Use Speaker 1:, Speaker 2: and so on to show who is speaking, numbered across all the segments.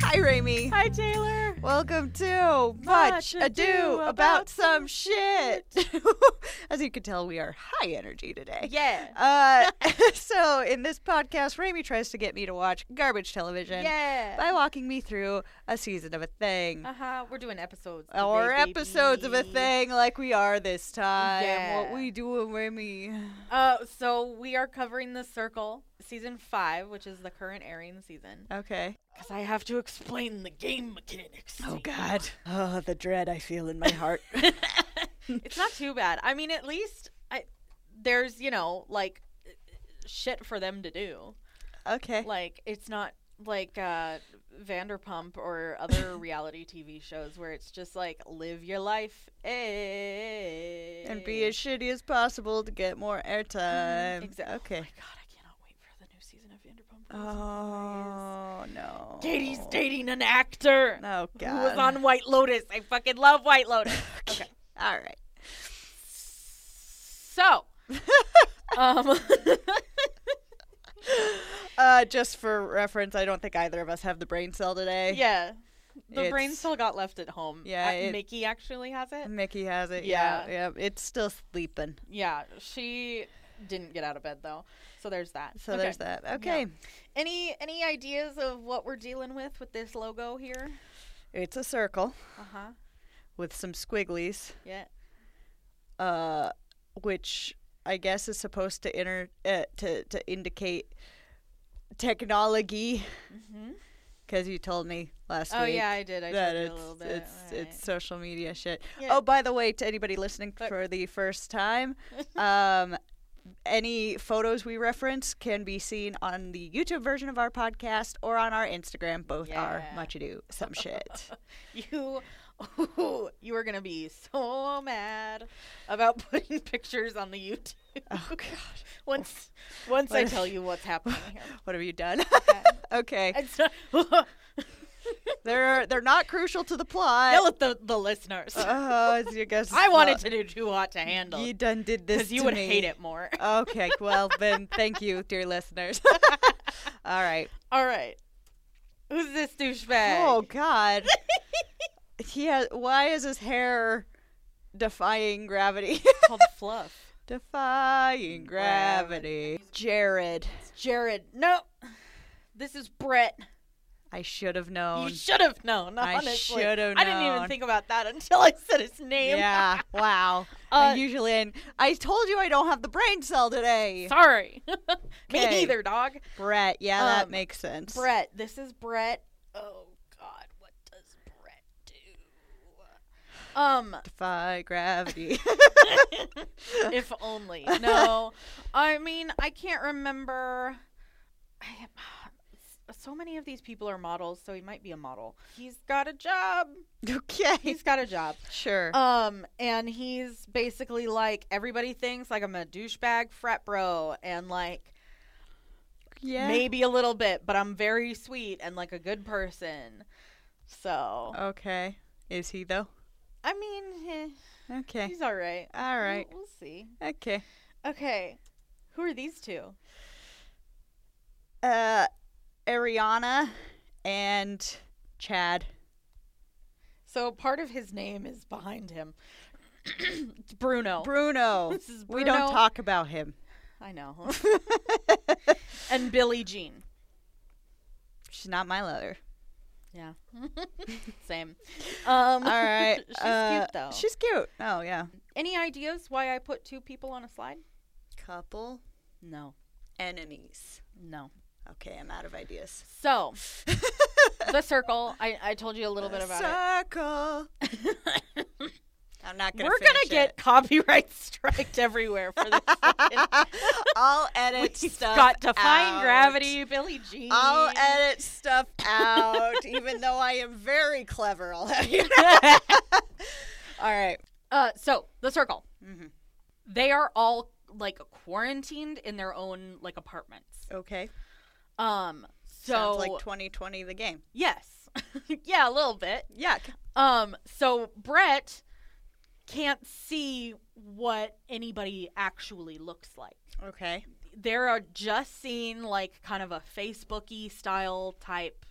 Speaker 1: Hi, Raimi.
Speaker 2: Hi, Taylor.
Speaker 1: Welcome to Much
Speaker 2: Much
Speaker 1: Ado
Speaker 2: Ado
Speaker 1: About
Speaker 2: About
Speaker 1: Some Shit. As you can tell, we are high energy today.
Speaker 2: Yeah.
Speaker 1: Uh, so, in this podcast, Raimi tries to get me to watch garbage television
Speaker 2: yeah.
Speaker 1: by walking me through a season of a thing.
Speaker 2: Uh huh. We're doing episodes.
Speaker 1: or
Speaker 2: today,
Speaker 1: episodes of a
Speaker 2: baby.
Speaker 1: thing like we are this time. What
Speaker 2: Yeah.
Speaker 1: we doing, Raimi?
Speaker 2: Uh, so we are covering The Circle, season five, which is the current airing season.
Speaker 1: Okay.
Speaker 2: Because I have to explain the game mechanics.
Speaker 1: Oh, God. Oh, the dread I feel in my heart.
Speaker 2: it's not too bad. I mean, at least I there's you know like shit for them to do.
Speaker 1: okay.
Speaker 2: Like it's not like uh Vanderpump or other reality TV shows where it's just like live your life eh.
Speaker 1: and be as shitty as possible to get more airtime.
Speaker 2: exa-
Speaker 1: Okay.
Speaker 2: oh God, I cannot wait for the new season of Vanderpump. Rules.
Speaker 1: Oh no.
Speaker 2: Katie's dating an actor
Speaker 1: Oh god.
Speaker 2: who was on White Lotus. I fucking love White Lotus. okay.
Speaker 1: All right.
Speaker 2: So, um,
Speaker 1: Uh, just for reference, I don't think either of us have the brain cell today.
Speaker 2: yeah, the brain
Speaker 1: It's-
Speaker 2: still got left at home.
Speaker 1: Yeah,
Speaker 2: Uh,
Speaker 1: it-
Speaker 2: Mickey actually has it.
Speaker 1: Mickey has it. Yeah. yeah.
Speaker 2: Yeah.
Speaker 1: It's still sleeping.
Speaker 2: Yeah, she didn't get out of bed though. So there's that.
Speaker 1: So
Speaker 2: Okay.
Speaker 1: there's that. Okay.
Speaker 2: Any any ideas of what we're dealing with with this logo here?
Speaker 1: It's a circle
Speaker 2: Uh huh.
Speaker 1: with some squigglies,
Speaker 2: Yeah.
Speaker 1: uh, which I guess is supposed to inter- uh, to to indicate technology
Speaker 2: Mm-hmm.
Speaker 1: because you told me last
Speaker 2: Oh
Speaker 1: week.
Speaker 2: yeah, I did. I
Speaker 1: that
Speaker 2: showed you
Speaker 1: it's
Speaker 2: a little bit.
Speaker 1: it's
Speaker 2: Alright.
Speaker 1: it's social media shit.
Speaker 2: Yeah.
Speaker 1: Oh, by the way, to anybody listening
Speaker 2: But-
Speaker 1: for the first time, um, any photos we reference can be seen on the YouTube version of our podcast or on our Instagram. Both are
Speaker 2: Yeah.
Speaker 1: much ado some shit.
Speaker 2: You, ooh, you are gonna be so mad about putting pictures on the YouTube.
Speaker 1: oh God,
Speaker 2: Once, once I
Speaker 1: What-
Speaker 2: tell you what's happening here.
Speaker 1: what have you done? okay,
Speaker 2: It's not,
Speaker 1: they're they're not crucial to the
Speaker 2: yell
Speaker 1: plot.
Speaker 2: at the, the listeners.
Speaker 1: Uh, you guys,
Speaker 2: I wanted to do too hot to handle
Speaker 1: You done did this
Speaker 2: because you
Speaker 1: to
Speaker 2: would
Speaker 1: me.
Speaker 2: hate it more.
Speaker 1: Okay, well then, thank you, dear listeners. All right.
Speaker 2: All right, who's this douchebag?
Speaker 1: Oh God. he has. Why is his hair defying gravity?
Speaker 2: called Fluff.
Speaker 1: defying gravity. Jared.
Speaker 2: It's Jared. No, this is Brett.
Speaker 1: I should have known.
Speaker 2: You should have known.
Speaker 1: Oh, I
Speaker 2: Honestly,
Speaker 1: should have
Speaker 2: I didn't
Speaker 1: known.
Speaker 2: even think about that until I said his name.
Speaker 1: yeah. Wow.
Speaker 2: Uh,
Speaker 1: I usually. And I told you I don't have the brain cell today.
Speaker 2: Sorry. Me
Speaker 1: Okay.
Speaker 2: either, dog.
Speaker 1: Brett. Yeah, that
Speaker 2: Um,
Speaker 1: makes sense.
Speaker 2: Brett, this is Brett. Oh God, what does Brett do? Um,
Speaker 1: Defy gravity.
Speaker 2: if only. No, I mean I can't remember. I, so many of these people are models, so he might be a model. He's got a job.
Speaker 1: okay. Oh,
Speaker 2: He's got a job.
Speaker 1: sure.
Speaker 2: Um, and he's basically like everybody thinks like I'm a douchebag frat bro, and like
Speaker 1: yeah.
Speaker 2: maybe a little bit, but I'm very sweet and like a good person. So
Speaker 1: Okay. Is he though?
Speaker 2: I mean, eh,
Speaker 1: Okay.
Speaker 2: he's all right.
Speaker 1: All
Speaker 2: We'll-
Speaker 1: right.
Speaker 2: We'll, see.
Speaker 1: Okay.
Speaker 2: Okay. Who are these two?
Speaker 1: uh, Ariana and Chad.
Speaker 2: So part of his name is behind him. it's Bruno.
Speaker 1: Bruno.
Speaker 2: This is
Speaker 1: We don't
Speaker 2: Bruno.
Speaker 1: talk about him.
Speaker 2: I know. and Billie Jean.
Speaker 1: She's not my lover.
Speaker 2: Yeah. Same. Um,
Speaker 1: All right.
Speaker 2: she's
Speaker 1: uh,
Speaker 2: cute though.
Speaker 1: She's cute. Oh yeah.
Speaker 2: Any ideas why I put two people on a slide?
Speaker 1: Couple
Speaker 2: No.
Speaker 1: enemies.
Speaker 2: No.
Speaker 1: Okay, I'm out of ideas.
Speaker 2: So, the circle. I, I told you a little bit about it.
Speaker 1: Circle. I'm not gonna.
Speaker 2: We're gonna get copyright striked everywhere for this. fucking-
Speaker 1: I'll edit
Speaker 2: We've
Speaker 1: stuff.
Speaker 2: got defying
Speaker 1: out.
Speaker 2: gravity, Billy Jean.
Speaker 1: I'll edit stuff out, even though I am very clever. I'll have you. All right.
Speaker 2: uh, so the circle.
Speaker 1: Mhm.
Speaker 2: They are all like quarantined in their own like apartments.
Speaker 1: Okay.
Speaker 2: Um. So
Speaker 1: Sounds like 2020 the game.
Speaker 2: yes, yeah, a little bit.
Speaker 1: Yuck.
Speaker 2: Um. So Brett can't see what anybody actually looks like.
Speaker 1: Okay.
Speaker 2: They're just seeing like kind of a Facebooky style type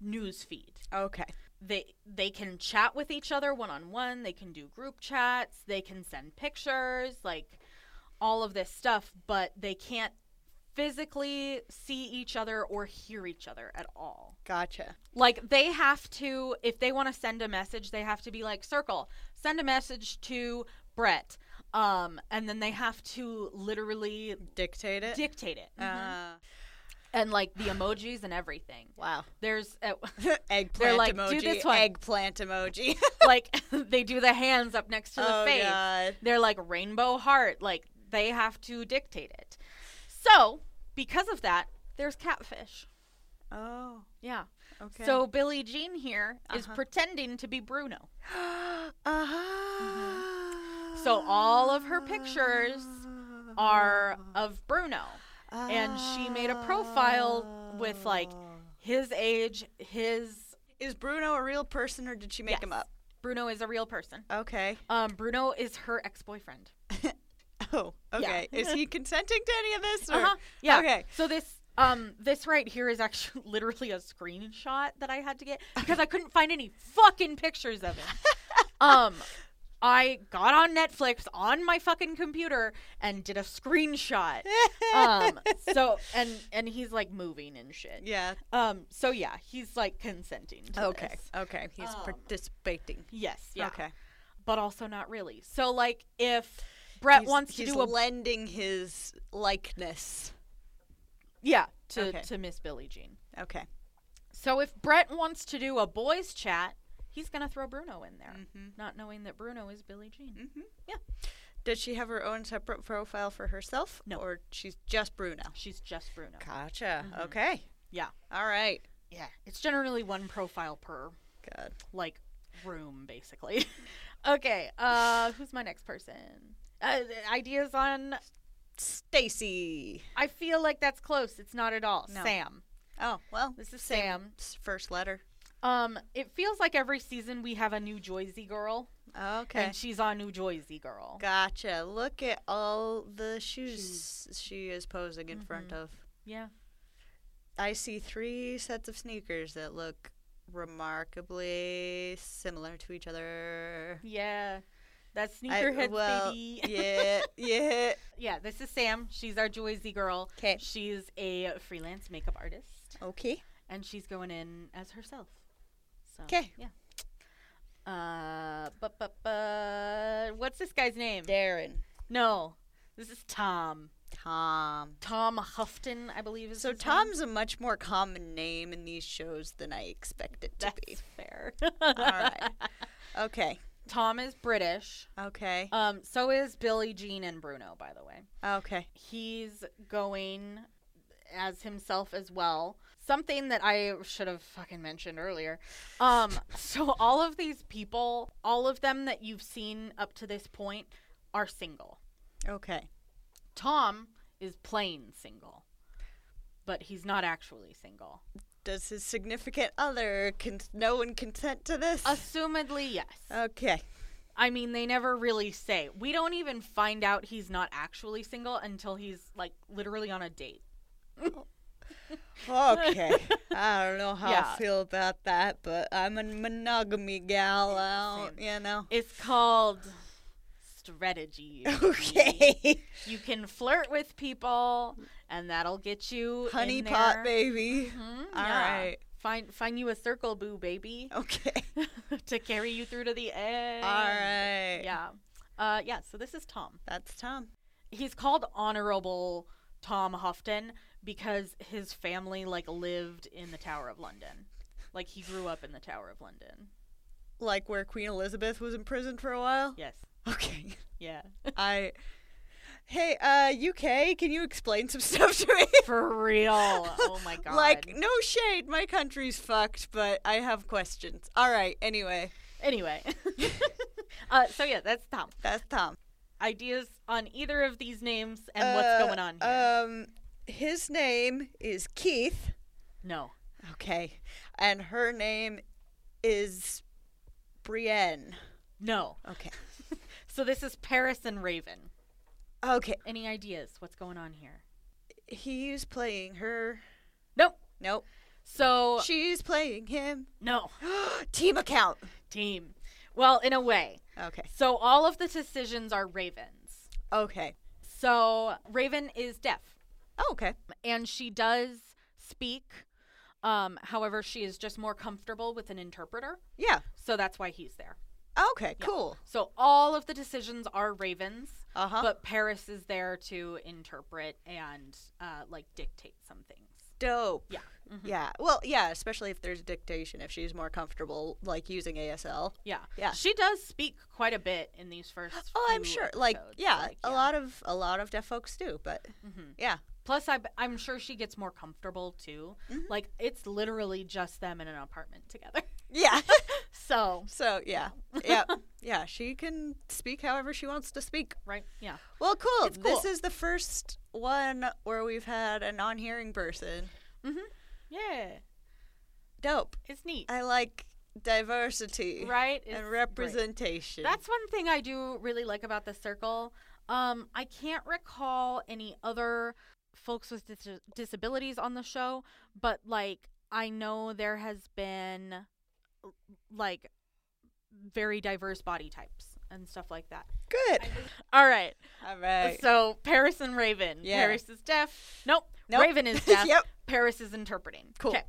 Speaker 2: news feed.
Speaker 1: Okay.
Speaker 2: They they can chat with each other one on one. They can do group chats. They can send pictures, like all of this stuff. But they can't physically see each other or hear each other at all.
Speaker 1: Gotcha.
Speaker 2: Like they have to, if they want to send a message, they have to be like circle, send a message to Brett, um, and then they have to literally
Speaker 1: Dictate it.
Speaker 2: dictate it
Speaker 1: Uh,
Speaker 2: and like the emojis and everything.
Speaker 1: wow.
Speaker 2: There's uh,
Speaker 1: eggplant
Speaker 2: like, "Do
Speaker 1: emoji.
Speaker 2: this one."
Speaker 1: Eggplant emoji.
Speaker 2: like they do the hands up next to the
Speaker 1: oh
Speaker 2: face.
Speaker 1: god.
Speaker 2: They're like rainbow heart. Like they have to dictate it. So because of that, there's catfish.
Speaker 1: Oh.
Speaker 2: Yeah.
Speaker 1: Okay.
Speaker 2: So Billie Jean here is
Speaker 1: Uh-huh.
Speaker 2: pretending to be Bruno.
Speaker 1: uh-huh.
Speaker 2: Mm-hmm. So all of her pictures Are
Speaker 1: Ah.
Speaker 2: of Bruno, and she made a profile with, like, his age, his
Speaker 1: Is Bruno a real person or did she make him
Speaker 2: Yes.
Speaker 1: up?
Speaker 2: Bruno is a real person.
Speaker 1: Okay.
Speaker 2: Um, Bruno is her ex-boyfriend.
Speaker 1: Oh, okay. Is he consenting to any of this? Or?
Speaker 2: Uh-huh. Yeah.
Speaker 1: Okay.
Speaker 2: So this um this right here is actually literally a screenshot that I had to get because I couldn't find any fucking pictures of him. um I got on Netflix on my fucking computer and did a screenshot. Um so and and he's like moving and shit.
Speaker 1: yeah.
Speaker 2: Um so yeah, he's like consenting to
Speaker 1: Okay.
Speaker 2: this.
Speaker 1: Okay. He's
Speaker 2: Um,
Speaker 1: participating.
Speaker 2: Yes, yeah.
Speaker 1: Oh. Okay.
Speaker 2: But also not really. So like if Brett
Speaker 1: He's-
Speaker 2: wants to
Speaker 1: he's
Speaker 2: do a
Speaker 1: lending his likeness.
Speaker 2: yeah, to
Speaker 1: Okay.
Speaker 2: to Miss Billie Jean.
Speaker 1: Okay.
Speaker 2: So if Brett wants to do a boys chat, he's gonna throw Bruno in there,
Speaker 1: Mm-hmm.
Speaker 2: not knowing that Bruno is Billie Jean.
Speaker 1: Mm-hmm.
Speaker 2: Yeah.
Speaker 1: Did she have her own separate profile for herself?
Speaker 2: No.
Speaker 1: Or she's just Bruno?
Speaker 2: She's just Bruno.
Speaker 1: Gotcha.
Speaker 2: Mhm.
Speaker 1: Okay.
Speaker 2: Yeah.
Speaker 1: All right.
Speaker 2: Yeah, it's generally one profile per
Speaker 1: Good.
Speaker 2: like room, basically. okay, uh, who's my next person? Uh, ideas on?
Speaker 1: Stacy.
Speaker 2: I feel like that's close. It's not at all.
Speaker 1: No.
Speaker 2: Sam.
Speaker 1: Oh, well,
Speaker 2: This is
Speaker 1: Same.
Speaker 2: Sam.
Speaker 1: it's first letter.
Speaker 2: Um, it feels like every season we have a new Joyzy girl,
Speaker 1: Okay.
Speaker 2: and she's our new Joyzy girl.
Speaker 1: Gotcha. Look at all the shoes Mm-hmm. she is posing in front of.
Speaker 2: Yeah.
Speaker 1: I see three sets of sneakers that look remarkably similar to each other.
Speaker 2: Yeah. That's
Speaker 1: I-
Speaker 2: sneakerheads,
Speaker 1: well,
Speaker 2: baby.
Speaker 1: yeah, yeah.
Speaker 2: Yeah, this is Sam. She's our Joyzy girl.
Speaker 1: 'Kay.
Speaker 2: She's a freelance makeup artist,
Speaker 1: Okay.
Speaker 2: and she's going in as herself. So,
Speaker 1: 'Kay.
Speaker 2: Yeah. Uh, but but but what's this guy's name?
Speaker 1: Darren.
Speaker 2: No, this is Tom.
Speaker 1: Tom.
Speaker 2: Tom Houghton, I believe is.
Speaker 1: So
Speaker 2: his name.
Speaker 1: Tom's a much more common name in these shows than I expected to
Speaker 2: That's
Speaker 1: be.
Speaker 2: fair.
Speaker 1: right. Okay.
Speaker 2: Tom is British.
Speaker 1: Okay.
Speaker 2: Um, so is Billie Jean and Bruno, by the way.
Speaker 1: Okay.
Speaker 2: he's going as himself as well. Something that I should have fucking mentioned earlier. Um, so all of these people, all of them that you've seen up to this point, are single.
Speaker 1: Okay.
Speaker 2: Tom is plain single, but he's not actually single.
Speaker 1: Does his significant other con- no one consent to this?
Speaker 2: Assumedly, yes.
Speaker 1: Okay.
Speaker 2: I mean, they never really say. We don't even find out he's not actually single until he's like literally on a date.
Speaker 1: Okay. I don't know how
Speaker 2: Yeah.
Speaker 1: I feel about that, but I'm a monogamy gal. I don't, you know.
Speaker 2: It's called strategy.
Speaker 1: Okay.
Speaker 2: You can flirt with people, and that'll get you
Speaker 1: Honey
Speaker 2: in
Speaker 1: pot,
Speaker 2: there.
Speaker 1: baby.
Speaker 2: Mhm,
Speaker 1: All
Speaker 2: yeah.
Speaker 1: right.
Speaker 2: Find find you a circle boo baby
Speaker 1: Okay.
Speaker 2: to carry you through to the end.
Speaker 1: All right.
Speaker 2: Yeah. Uh, yeah. So this is Tom.
Speaker 1: That's Tom.
Speaker 2: He's called Honorable Tom Houghton because his family like lived in the Tower of London. Like he grew up in the Tower of London.
Speaker 1: Like where Queen Elizabeth was imprisoned for a while?
Speaker 2: Yes.
Speaker 1: Okay.
Speaker 2: Yeah.
Speaker 1: I. Hey, uh, UK, can you explain some stuff to me?
Speaker 2: For real. Oh my god.
Speaker 1: Like, no shade. My country's fucked, but I have questions. All right. Anyway,
Speaker 2: Anyway. uh, so yeah, that's Tom.
Speaker 1: that's Tom.
Speaker 2: Ideas on either of these names and what's
Speaker 1: Uh,
Speaker 2: going on here?
Speaker 1: Um, his name is Keith.
Speaker 2: no.
Speaker 1: Okay. And her name is Brienne.
Speaker 2: No.
Speaker 1: Okay.
Speaker 2: So this is Paris and Raven.
Speaker 1: Okay.
Speaker 2: Any ideas what's going on here?
Speaker 1: He's playing her.
Speaker 2: Nope.
Speaker 1: Nope.
Speaker 2: So
Speaker 1: She's playing him.
Speaker 2: no
Speaker 1: Team account.
Speaker 2: team. Well, in a way.
Speaker 1: Okay.
Speaker 2: So all of the decisions are Raven's.
Speaker 1: Okay.
Speaker 2: So Raven is deaf,
Speaker 1: Oh, okay.
Speaker 2: and she does speak. Um, however, she is just more comfortable with an interpreter,
Speaker 1: Yeah.
Speaker 2: so that's why he's there.
Speaker 1: Okay. Cool.
Speaker 2: So all of the decisions are Raven's,
Speaker 1: Uh huh.
Speaker 2: but Paris is there to interpret and uh, like dictate some things.
Speaker 1: Dope.
Speaker 2: Yeah. Mhm.
Speaker 1: Yeah. Well, yeah, especially if there's dictation, if she's more comfortable like using ASL.
Speaker 2: Yeah.
Speaker 1: Yeah.
Speaker 2: She does speak quite a bit in these first.
Speaker 1: Oh, I'm
Speaker 2: few
Speaker 1: sure. Like,
Speaker 2: episodes,
Speaker 1: yeah,
Speaker 2: like,
Speaker 1: a lot of a lot of deaf folks do, but
Speaker 2: Mhm.
Speaker 1: yeah.
Speaker 2: Plus, I, am sure she gets more comfortable too.
Speaker 1: Mhm.
Speaker 2: Like, it's literally just them in an apartment together.
Speaker 1: Yeah.
Speaker 2: so,
Speaker 1: so, yeah. Yeah. Yeah, she can speak however she wants to speak.
Speaker 2: right? Yeah.
Speaker 1: Well, cool.
Speaker 2: It's
Speaker 1: This
Speaker 2: cool.
Speaker 1: is the first one where we've had a non-hearing person.
Speaker 2: Yeah.
Speaker 1: Dope.
Speaker 2: It's neat.
Speaker 1: I like diversity
Speaker 2: right? It's
Speaker 1: and
Speaker 2: great.
Speaker 1: representation.
Speaker 2: That's one thing I do really like about the circle. Um, I can't recall any other folks with dis- disabilities on the show, but like I know there has been like very diverse body types and stuff like that.
Speaker 1: good.
Speaker 2: All right.
Speaker 1: All right.
Speaker 2: So Paris and Raven.
Speaker 1: Yeah.
Speaker 2: Paris is deaf. Nope.
Speaker 1: Nope.
Speaker 2: Raven is deaf.
Speaker 1: yep.
Speaker 2: Paris is interpreting.
Speaker 1: Cool.
Speaker 2: 'Kay.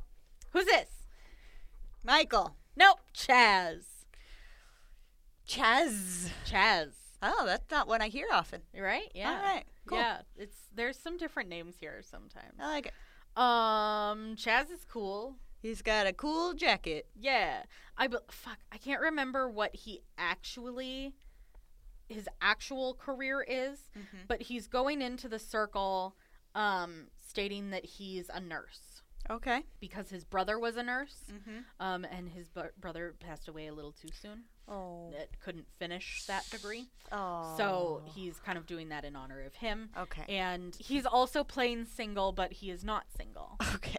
Speaker 2: Who's this?
Speaker 1: Michael.
Speaker 2: Nope. Chaz.
Speaker 1: Chaz.
Speaker 2: Chaz.
Speaker 1: Oh, that's not one I hear often.
Speaker 2: Right? Yeah.
Speaker 1: All right. Cool.
Speaker 2: Yeah. It's there's some different names here sometimes.
Speaker 1: I like it.
Speaker 2: Um, Chaz is cool.
Speaker 1: He's got a cool jacket.
Speaker 2: Yeah. I be- fuck, I can't remember what he actually his actual career is,
Speaker 1: Mhm.
Speaker 2: but he's going into the circle um stating that he's a nurse
Speaker 1: Okay.
Speaker 2: because his brother was a nurse.
Speaker 1: Mm-hmm.
Speaker 2: Um and his bu- brother passed away a little too soon.
Speaker 1: Oh.
Speaker 2: That couldn't finish that degree.
Speaker 1: oh.
Speaker 2: So he's kind of doing that in honor of him.
Speaker 1: Okay.
Speaker 2: And he's also playing single, but he is not single.
Speaker 1: Okay.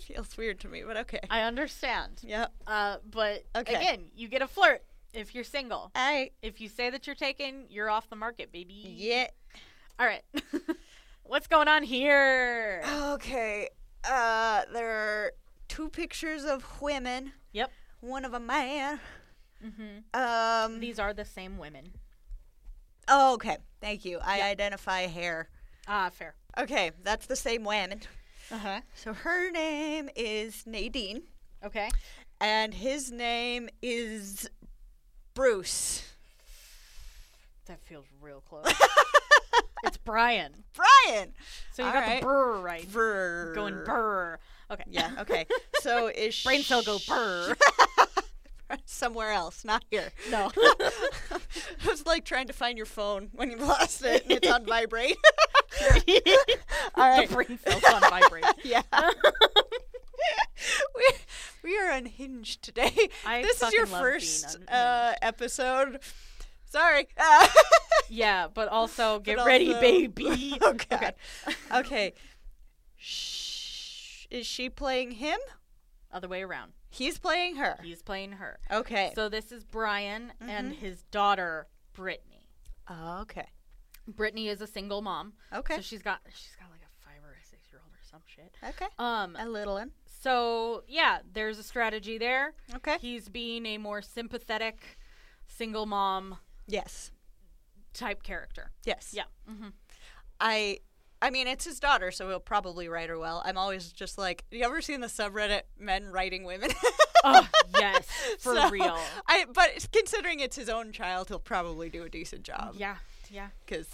Speaker 1: Feels weird to me, but okay.
Speaker 2: I understand.
Speaker 1: Yep.
Speaker 2: Uh, but
Speaker 1: Okay.
Speaker 2: again, you get a flirt if you're single.
Speaker 1: I.
Speaker 2: If you say that you're taken, you're off the market, baby.
Speaker 1: Yeah.
Speaker 2: All right. What's going on here?
Speaker 1: Okay. Uh, there are two pictures of women.
Speaker 2: Yep.
Speaker 1: One of a man.
Speaker 2: hmm
Speaker 1: Um.
Speaker 2: These are the same women.
Speaker 1: oh, okay. Thank you. I
Speaker 2: Yeah.
Speaker 1: identify hair.
Speaker 2: Ah, fair.
Speaker 1: Okay, that's the same woman.
Speaker 2: Uh huh.
Speaker 1: So her name is Nadine,
Speaker 2: Okay.
Speaker 1: and his name is Bruce.
Speaker 2: That feels real close. it's Brian.
Speaker 1: Brian.
Speaker 2: So you
Speaker 1: All
Speaker 2: got
Speaker 1: right.
Speaker 2: the brr right.
Speaker 1: Brr.
Speaker 2: Going brr. Okay.
Speaker 1: Yeah. Okay. So is
Speaker 2: Brain cell go
Speaker 1: sh-
Speaker 2: brr.
Speaker 1: somewhere else, not here.
Speaker 2: no.
Speaker 1: It was like trying to find your phone when you lost it and it's on vibrate. All right.
Speaker 2: The brain cells on vibrate.
Speaker 1: yeah. we we are unhinged today.
Speaker 2: I
Speaker 1: this is your
Speaker 2: fucking love being
Speaker 1: first uh,
Speaker 2: unhinged.
Speaker 1: episode. Sorry. Uh,
Speaker 2: Yeah, but also get
Speaker 1: But
Speaker 2: ready,
Speaker 1: also-
Speaker 2: baby.
Speaker 1: oh God. Okay. Sh- is she playing him?
Speaker 2: Other way around.
Speaker 1: He's playing her.
Speaker 2: He's playing her.
Speaker 1: Okay.
Speaker 2: So this is Brian and his daughter Brittany.
Speaker 1: okay.
Speaker 2: Brittany is a single mom,
Speaker 1: Okay.
Speaker 2: so she's got she's got like a five or a six year old or some shit.
Speaker 1: okay.
Speaker 2: Um.
Speaker 1: A little one.
Speaker 2: So yeah, there's a strategy there.
Speaker 1: Okay.
Speaker 2: He's being a more sympathetic single mom
Speaker 1: Yes.
Speaker 2: type character.
Speaker 1: Yes.
Speaker 2: Yeah. hmm
Speaker 1: I I mean it's his daughter, so he'll probably write her well. I'm always just like, you ever seen the subreddit men writing women?
Speaker 2: oh yes, for
Speaker 1: So,
Speaker 2: real.
Speaker 1: I but considering it's his own child, he'll probably do a decent job.
Speaker 2: Yeah. Yeah.
Speaker 1: Because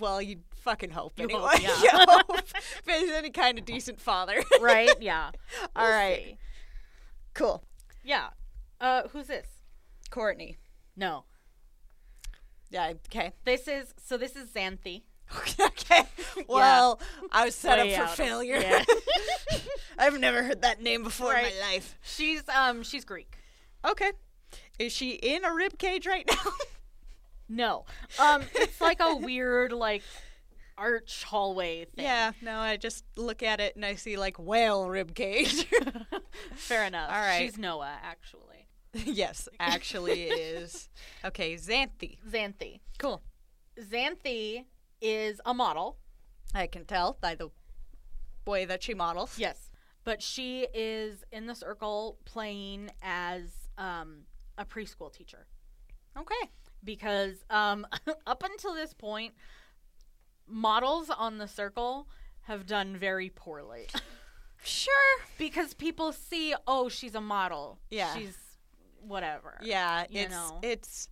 Speaker 1: well, you fucking hope
Speaker 2: You
Speaker 1: anyway.
Speaker 2: hope, yeah.
Speaker 1: You hope if he's any kind of decent father.
Speaker 2: Right. Yeah.
Speaker 1: All
Speaker 2: We'll
Speaker 1: right.
Speaker 2: see.
Speaker 1: Cool.
Speaker 2: Yeah. Uh, who's this?
Speaker 1: Courtney.
Speaker 2: No.
Speaker 1: Yeah. Okay.
Speaker 2: This is so. This is Xanthi.
Speaker 1: okay. Well, I was set
Speaker 2: Way
Speaker 1: up for
Speaker 2: out.
Speaker 1: failure.
Speaker 2: Yeah.
Speaker 1: I've never heard that name before
Speaker 2: Right.
Speaker 1: in my life.
Speaker 2: she's um. She's Greek.
Speaker 1: Okay. Is she in a rib cage right now?
Speaker 2: No. Um, it's like a weird like arch hallway thing.
Speaker 1: Yeah, no, I just look at it and I see like whale rib cage.
Speaker 2: Fair enough.
Speaker 1: All right.
Speaker 2: She's Noah, actually.
Speaker 1: yes, actually it is. Okay, Xanthi.
Speaker 2: Xanthi.
Speaker 1: Cool.
Speaker 2: Xanthi is a model.
Speaker 1: I can tell by the way that she models.
Speaker 2: Yes. But she is in the circle playing as um, a preschool teacher
Speaker 1: Okay.
Speaker 2: because um, up until this point, models on the circle have done very poorly
Speaker 1: Sure.
Speaker 2: because people see, oh, she's a model.
Speaker 1: Yeah.
Speaker 2: She's whatever.
Speaker 1: Yeah,
Speaker 2: you
Speaker 1: it's
Speaker 2: know.
Speaker 1: it's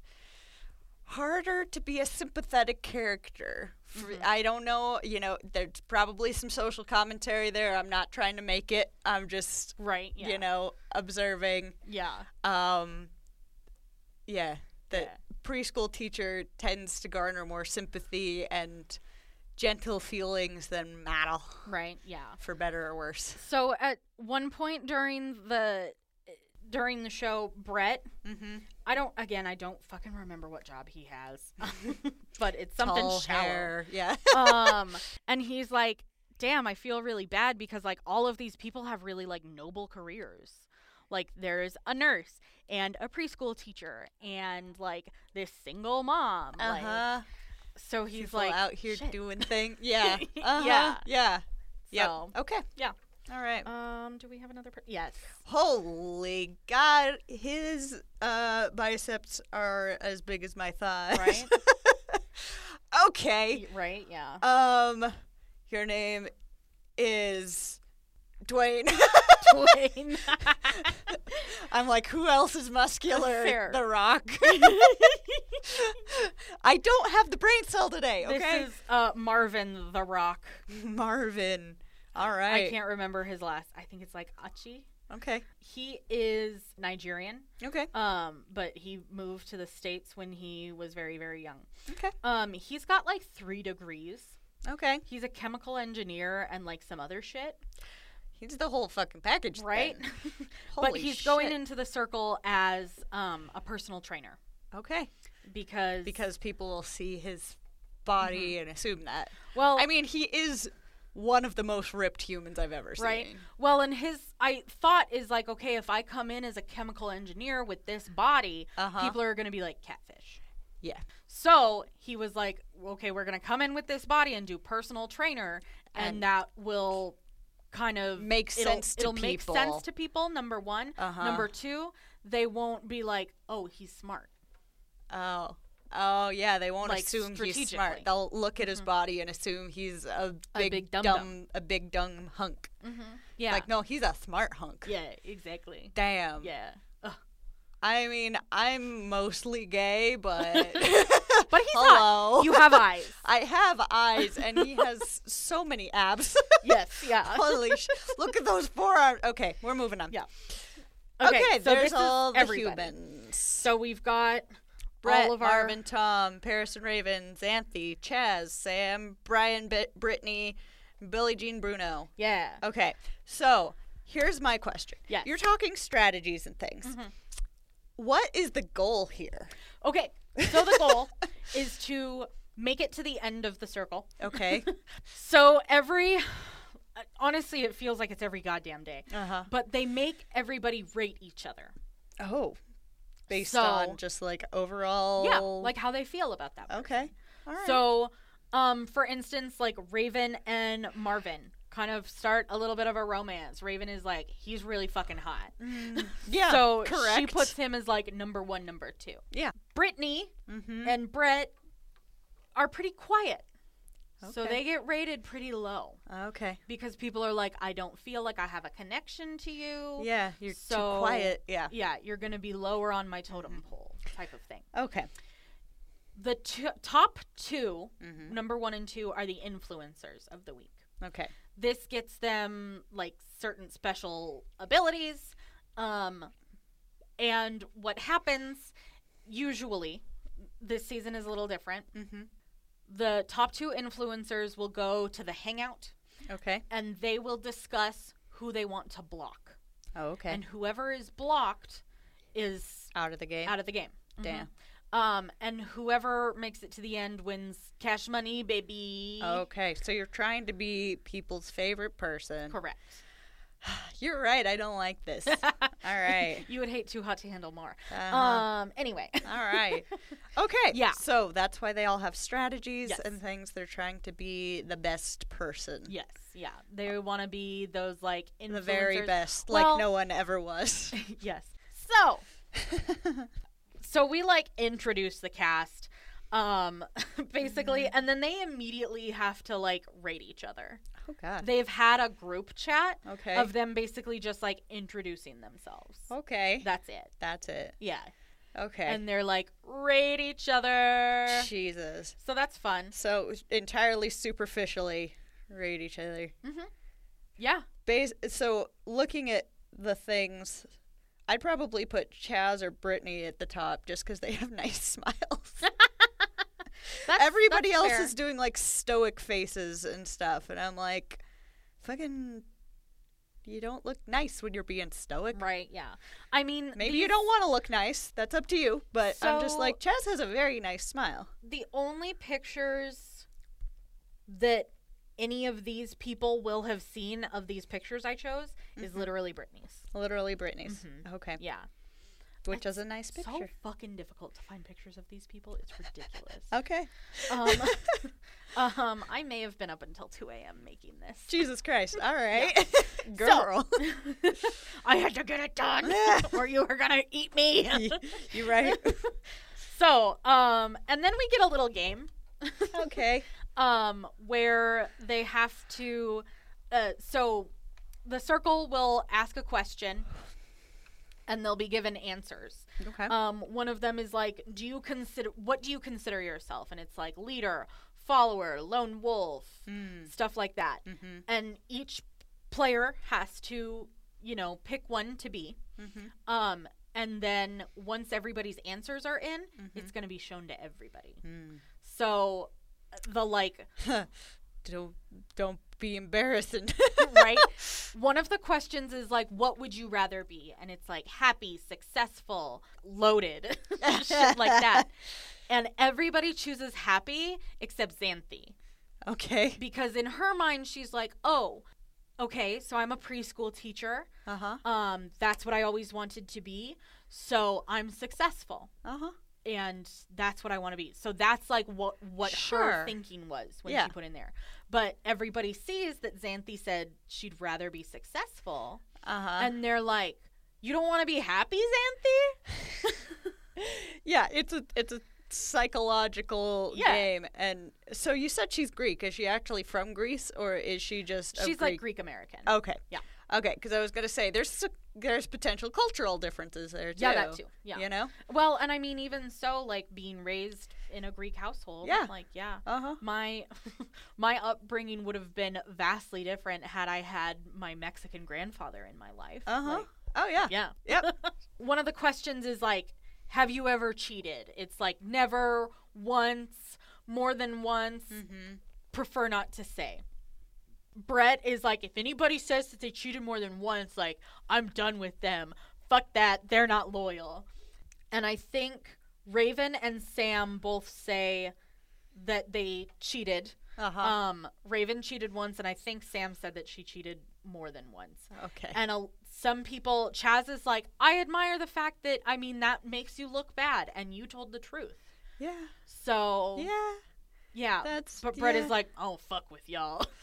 Speaker 1: harder to be a sympathetic character. For,
Speaker 2: Mhm.
Speaker 1: I don't know, you know, there's probably some social commentary there. I'm not trying to make it. I'm just,
Speaker 2: Right. Yeah.
Speaker 1: you know, observing.
Speaker 2: Yeah.
Speaker 1: Um yeah, the
Speaker 2: Yeah.
Speaker 1: preschool teacher tends to garner more sympathy and gentle feelings than model,
Speaker 2: Right. Yeah.
Speaker 1: for better or worse.
Speaker 2: So at one point during the during the show, Brett,
Speaker 1: Mhm.
Speaker 2: I don't again, I don't fucking remember what job he has, but it's something
Speaker 1: Tall
Speaker 2: shallow.
Speaker 1: hair. Yeah.
Speaker 2: um and he's like damn i feel really bad because like all of these people have really like noble careers like there's a nurse and a preschool teacher and like this single mom like
Speaker 1: Uh-huh.
Speaker 2: so he's
Speaker 1: People
Speaker 2: like
Speaker 1: out here
Speaker 2: "Shit."
Speaker 1: doing things. Yeah. Uh-huh.
Speaker 2: Yeah.
Speaker 1: Yeah. Yep.
Speaker 2: so
Speaker 1: Okay.
Speaker 2: Yeah.
Speaker 1: All right.
Speaker 2: um do we have another per- yes
Speaker 1: Holy God, his uh, biceps are as big as my thighs.
Speaker 2: right
Speaker 1: okay.
Speaker 2: Y- right yeah
Speaker 1: Um, your name is Dwayne.
Speaker 2: Dwayne.
Speaker 1: I'm like, who else is muscular?
Speaker 2: Fair.
Speaker 1: The Rock. I don't have the brain cell today. Okay.
Speaker 2: this is uh marvin the rock
Speaker 1: Marvin. All right.
Speaker 2: i can't remember his last i think it's like achi
Speaker 1: Okay.
Speaker 2: he is nigerian
Speaker 1: Okay.
Speaker 2: Um, but he moved to the states when he was very, very young.
Speaker 1: Okay.
Speaker 2: Um, he's got like three degrees.
Speaker 1: Okay.
Speaker 2: He's a chemical engineer and like some other shit,
Speaker 1: He's the whole fucking package,
Speaker 2: right?
Speaker 1: then. Holy
Speaker 2: but he's going
Speaker 1: shit.
Speaker 2: into the circle as um a personal trainer
Speaker 1: Okay.
Speaker 2: because
Speaker 1: because people will see his body
Speaker 2: Mm-hmm.
Speaker 1: and assume that.
Speaker 2: well
Speaker 1: I mean, he is one of the most ripped humans I've ever seen.
Speaker 2: right well and his I thought is like okay if I come in as a chemical engineer with this body
Speaker 1: Uh-huh.
Speaker 2: people are gonna be like catfish.
Speaker 1: Yeah.
Speaker 2: So he was like, okay, we're going to come in with this body and do personal trainer, and,
Speaker 1: And-
Speaker 2: that will kind of
Speaker 1: Make
Speaker 2: it'll,
Speaker 1: sense to
Speaker 2: it'll make
Speaker 1: people.
Speaker 2: sense to people. Number one,
Speaker 1: Uh-huh.
Speaker 2: number two, they won't be like, oh, he's smart.
Speaker 1: Oh. Oh yeah, they won't
Speaker 2: Like,
Speaker 1: assume he's smart.
Speaker 2: strategically. Mm-hmm.
Speaker 1: They'll look at his body and assume he's a big,
Speaker 2: big
Speaker 1: dumb,
Speaker 2: dum-dum.
Speaker 1: a big dumb hunk.
Speaker 2: Yeah,
Speaker 1: Like no, he's a smart hunk.
Speaker 2: yeah, exactly.
Speaker 1: Damn.
Speaker 2: Yeah, Ugh.
Speaker 1: I mean, I'm mostly gay, but
Speaker 2: but he's
Speaker 1: Hello.
Speaker 2: not. You have eyes.
Speaker 1: I have eyes, and he has so many abs.
Speaker 2: yes, yeah.
Speaker 1: Holy sh! Look at those forearms. Okay, we're moving on.
Speaker 2: Yeah.
Speaker 1: Okay,
Speaker 2: so
Speaker 1: there's
Speaker 2: this is
Speaker 1: all the
Speaker 2: everybody.
Speaker 1: humans.
Speaker 2: So we've got
Speaker 1: Brett,
Speaker 2: all of our
Speaker 1: Marvin, Tom, Paris and Raven, Xanthi, Chaz, Sam, Brian, B- Brittany, Billie Jean Bruno.
Speaker 2: yeah.
Speaker 1: Okay, so here's my question.
Speaker 2: Yes. Mm-hmm.
Speaker 1: You're talking strategies and things. What is the goal here?
Speaker 2: Okay, so the goal is to make it to the end of the circle.
Speaker 1: Okay.
Speaker 2: So every, honestly, it feels like it's every goddamn day.
Speaker 1: uh huh.
Speaker 2: But they make everybody rate each other.
Speaker 1: Oh. Based
Speaker 2: So-
Speaker 1: on just like overall.
Speaker 2: Yeah, like how they feel about that. person.
Speaker 1: Oh. Okay. All right.
Speaker 2: So, um, for instance, like Raven and Marvin kind of start a little bit of a romance. Raven is like, he's really fucking hot.
Speaker 1: yeah.
Speaker 2: so
Speaker 1: correct.
Speaker 2: she puts him as like number one, number two.
Speaker 1: Yeah.
Speaker 2: Brittany
Speaker 1: Mm-hmm.
Speaker 2: and Brett are pretty quiet. So
Speaker 1: Okay.
Speaker 2: they get rated pretty low
Speaker 1: Okay.
Speaker 2: because people are like, I don't feel like I have a connection to you.
Speaker 1: Yeah. You're
Speaker 2: So-
Speaker 1: too quiet. Yeah.
Speaker 2: yeah, you're going to be lower on my totem pole type of thing.
Speaker 1: Okay.
Speaker 2: Mm-hmm. The t- top 2
Speaker 1: Mhm.
Speaker 2: number one and two, are the influencers of the week.
Speaker 1: Okay.
Speaker 2: This gets them like certain special abilities. Um, and what happens usually this season is a little different.
Speaker 1: Mhm.
Speaker 2: The top two influencers will go to the hangout
Speaker 1: Okay.
Speaker 2: and they will discuss who they want to block.
Speaker 1: Oh, okay.
Speaker 2: And whoever is blocked is
Speaker 1: out of the game.
Speaker 2: out of the game. Mhm.
Speaker 1: Damn.
Speaker 2: Um, and whoever makes it to the end wins cash money, baby.
Speaker 1: Okay, so you're trying to be people's favorite person.
Speaker 2: Correct.
Speaker 1: You're right. I don't like this. All right.
Speaker 2: You would hate too hot to handle more.
Speaker 1: Uh-huh.
Speaker 2: Um, anyway.
Speaker 1: all right. Okay.
Speaker 2: Yeah.
Speaker 1: So that's why they all have strategies
Speaker 2: Yes.
Speaker 1: and things. They're trying to be the best person.
Speaker 2: yes. yeah. They want to be those like influencers.
Speaker 1: the very best,
Speaker 2: Well-
Speaker 1: like no one ever was.
Speaker 2: yes. So, so we like introduce the cast um basically
Speaker 1: Mm-hmm.
Speaker 2: and then they immediately have to like rate each other.
Speaker 1: oh God.
Speaker 2: They've had a group chat
Speaker 1: Okay.
Speaker 2: of them basically just like introducing themselves.
Speaker 1: okay.
Speaker 2: That's it.
Speaker 1: That's it.
Speaker 2: Yeah.
Speaker 1: Okay.
Speaker 2: And they're like rate each other.
Speaker 1: Jesus.
Speaker 2: So that's fun.
Speaker 1: So entirely superficially rate each other.
Speaker 2: Yeah.
Speaker 1: Bas- so looking at the things, I'd probably put Chaz or Brittany at the top just because they have nice smiles.
Speaker 2: That's,
Speaker 1: Everybody
Speaker 2: that's
Speaker 1: else
Speaker 2: fair.
Speaker 1: is doing like stoic faces and stuff, and I'm like, fucking, you don't look nice when you're being stoic.
Speaker 2: right. Yeah. I mean,
Speaker 1: Maybe you
Speaker 2: these-
Speaker 1: don't want to look nice. That's up to you. But I'm just
Speaker 2: So-
Speaker 1: like, Chaz has a very nice smile.
Speaker 2: the only pictures that any of these people will have seen of these pictures I chose is
Speaker 1: Mm-hmm.
Speaker 2: literally Britney's.
Speaker 1: Literally Brittany's.
Speaker 2: Mhm.
Speaker 1: Okay.
Speaker 2: Yeah.
Speaker 1: Which is a nice picture.
Speaker 2: So fucking difficult to find pictures of these people. It's ridiculous.
Speaker 1: okay.
Speaker 2: um, um, I may have been up until 2 a.m. making this.
Speaker 1: Jesus Christ. All right. Girl.
Speaker 2: So- I had to get it done, or you were gonna eat me.
Speaker 1: you right?
Speaker 2: so, um, and then we get a little game.
Speaker 1: okay.
Speaker 2: um, where they have to. Uh, so the circle will ask a question and they'll be given answers.
Speaker 1: Okay.
Speaker 2: Um, one of them is like, Do you consider what do you consider yourself? And it's like leader, follower, lone wolf,
Speaker 1: Hmm.
Speaker 2: stuff like that.
Speaker 1: mm-hmm.
Speaker 2: And each player has to, you know, pick one to be.
Speaker 1: Mm-hmm.
Speaker 2: Um, and then once everybody's answers are in, it's going to be shown to everybody. So the like
Speaker 1: Don't don't be embarrassing.
Speaker 2: right? One of the questions is like, what would you rather be? And it's like happy, successful, loaded, shit like that. And everybody chooses happy except Xanthi
Speaker 1: okay.
Speaker 2: because in her mind she's like, oh, okay, so I'm a preschool teacher.
Speaker 1: Uh huh.
Speaker 2: Um, that's what I always wanted to be. So I'm successful.
Speaker 1: Uh huh.
Speaker 2: And that's what I want to be. So that's like what what her
Speaker 1: Sure.
Speaker 2: thinking was when
Speaker 1: Yeah.
Speaker 2: she put in there. But everybody sees that Xanthi said she'd rather be successful
Speaker 1: Uh huh.
Speaker 2: and they're like, "You don't want to be happy, Xanthi?"
Speaker 1: Yeah, it's a it's a psychological
Speaker 2: Yeah.
Speaker 1: game. And so you said she's Greek. Is she actually from Greece, or is she just of
Speaker 2: She's like
Speaker 1: Oh, Greek? Oh,
Speaker 2: Greek American.
Speaker 1: Okay.
Speaker 2: Yeah.
Speaker 1: Okay, because I was gonna say there's s- there's potential cultural differences there too.
Speaker 2: yeah, that too. Yeah.
Speaker 1: You know.
Speaker 2: Well, and I mean, even so, like being raised in a Greek household.
Speaker 1: Yeah.
Speaker 2: Like, yeah.
Speaker 1: Uh huh.
Speaker 2: My my upbringing would have been vastly different had I had my Mexican grandfather in my life.
Speaker 1: Uh huh.
Speaker 2: Like,
Speaker 1: oh yeah.
Speaker 2: uh-huh. yeah.
Speaker 1: Yep.
Speaker 2: One of the questions is like, "Have you ever cheated?" It's like never, once, more than once.
Speaker 1: mm-hmm.
Speaker 2: prefer not to say. Brett is like, if anybody says that they cheated more than once, like, I'm done with them. Fuck that. They're not loyal. And I think Raven and Sam both say that they cheated.
Speaker 1: Uh huh.
Speaker 2: Um, Raven cheated once, and I think Sam said that she cheated more than once.
Speaker 1: okay.
Speaker 2: Um, And a, some people, Chaz is like, I admire the fact that, I mean, that makes you look bad, and you told the truth.
Speaker 1: yeah.
Speaker 2: So,
Speaker 1: Yeah.
Speaker 2: yeah.
Speaker 1: That's.
Speaker 2: But Brett
Speaker 1: yeah.
Speaker 2: is like, oh, fuck with y'all.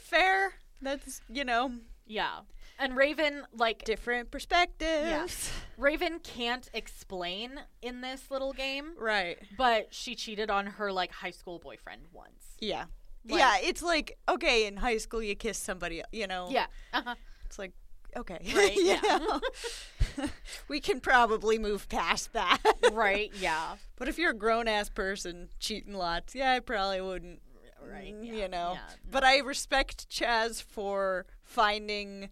Speaker 1: fair. That's you know
Speaker 2: Yeah. And Raven, like,
Speaker 1: different perspectives.
Speaker 2: Raven can't explain in this little game,
Speaker 1: Right.
Speaker 2: but she cheated on her, like, high school boyfriend once.
Speaker 1: Yeah.
Speaker 2: Like-
Speaker 1: yeah, it's like okay, in high school you kiss somebody, you know.
Speaker 2: Yeah. Uh-huh.
Speaker 1: It's like, okay.
Speaker 2: Right,
Speaker 1: you
Speaker 2: yeah.
Speaker 1: know? we can probably move past that.
Speaker 2: right. Yeah.
Speaker 1: But if you're a grown ass person cheating lots, yeah, I probably wouldn't.
Speaker 2: Right.
Speaker 1: mm,
Speaker 2: yeah,
Speaker 1: You know.
Speaker 2: yeah,
Speaker 1: But I respect Chaz for finding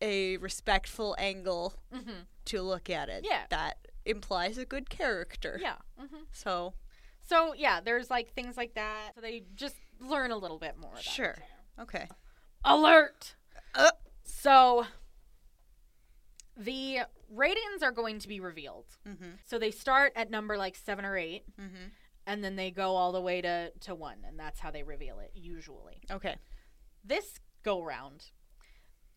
Speaker 1: a respectful angle
Speaker 2: Mhm.
Speaker 1: to look at it.
Speaker 2: Yeah.
Speaker 1: That implies a good character.
Speaker 2: Yeah. hmm
Speaker 1: So,
Speaker 2: So, yeah, there's, like, things like that. So they just learn a little bit more. About
Speaker 1: Sure.
Speaker 2: each other.
Speaker 1: okay.
Speaker 2: Alert!
Speaker 1: Uh,
Speaker 2: So the ratings are going to be revealed.
Speaker 1: Mhm.
Speaker 2: So they start at number, like, seven or eight.
Speaker 1: Mhm.
Speaker 2: And then they go all the way to, to one, and that's how they reveal it usually.
Speaker 1: okay.
Speaker 2: this go round,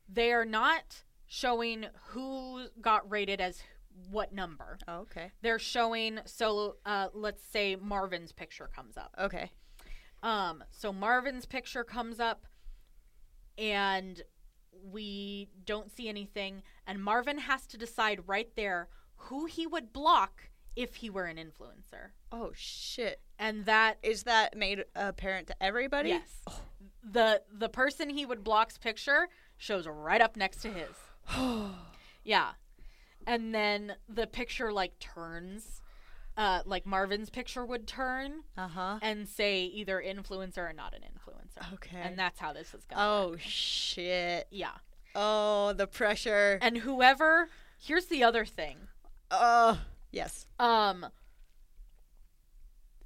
Speaker 2: they are not showing who got rated as what number.
Speaker 1: Oh, Okay.
Speaker 2: They're showing so uh, let's say Marvin's picture comes up.
Speaker 1: Okay.
Speaker 2: Um, so Marvin's picture comes up. and we don't see anything. And Marvin has to decide right there who he would block if he were an influencer.
Speaker 1: Oh shit!
Speaker 2: And that
Speaker 1: Is that made apparent to everybody?
Speaker 2: yes, the the person he would block's picture shows right up next to his.
Speaker 1: Uh-huh.
Speaker 2: Yeah. And then the picture like turns, uh, like Marvin's picture would turn
Speaker 1: uh huh.
Speaker 2: and say either influencer or not an influencer.
Speaker 1: Okay.
Speaker 2: And that's how this is going.
Speaker 1: oh shit!
Speaker 2: Yeah.
Speaker 1: Oh, the pressure.
Speaker 2: And whoever, here's the other thing.
Speaker 1: Oh, yes.
Speaker 2: Um,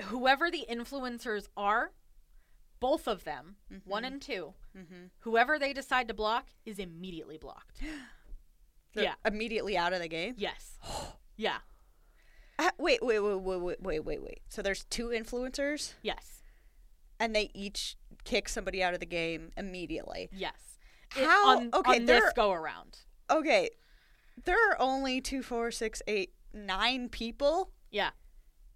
Speaker 2: whoever the influencers are, both of them, one and two,
Speaker 1: Mm-hmm.
Speaker 2: whoever they decide to block is immediately blocked. Yeah.
Speaker 1: Immediately out of the game.
Speaker 2: Yes. yeah.
Speaker 1: Ah, wait, wait, wait, wait, wait, wait, wait, wait. So there's two influencers,
Speaker 2: Yes.
Speaker 1: and they each kick somebody out of the game immediately.
Speaker 2: Yes.
Speaker 1: How-
Speaker 2: on,
Speaker 1: okay,
Speaker 2: on
Speaker 1: there-
Speaker 2: this go around.
Speaker 1: Okay, there are only two, four, six, eight, nine people.
Speaker 2: Yeah.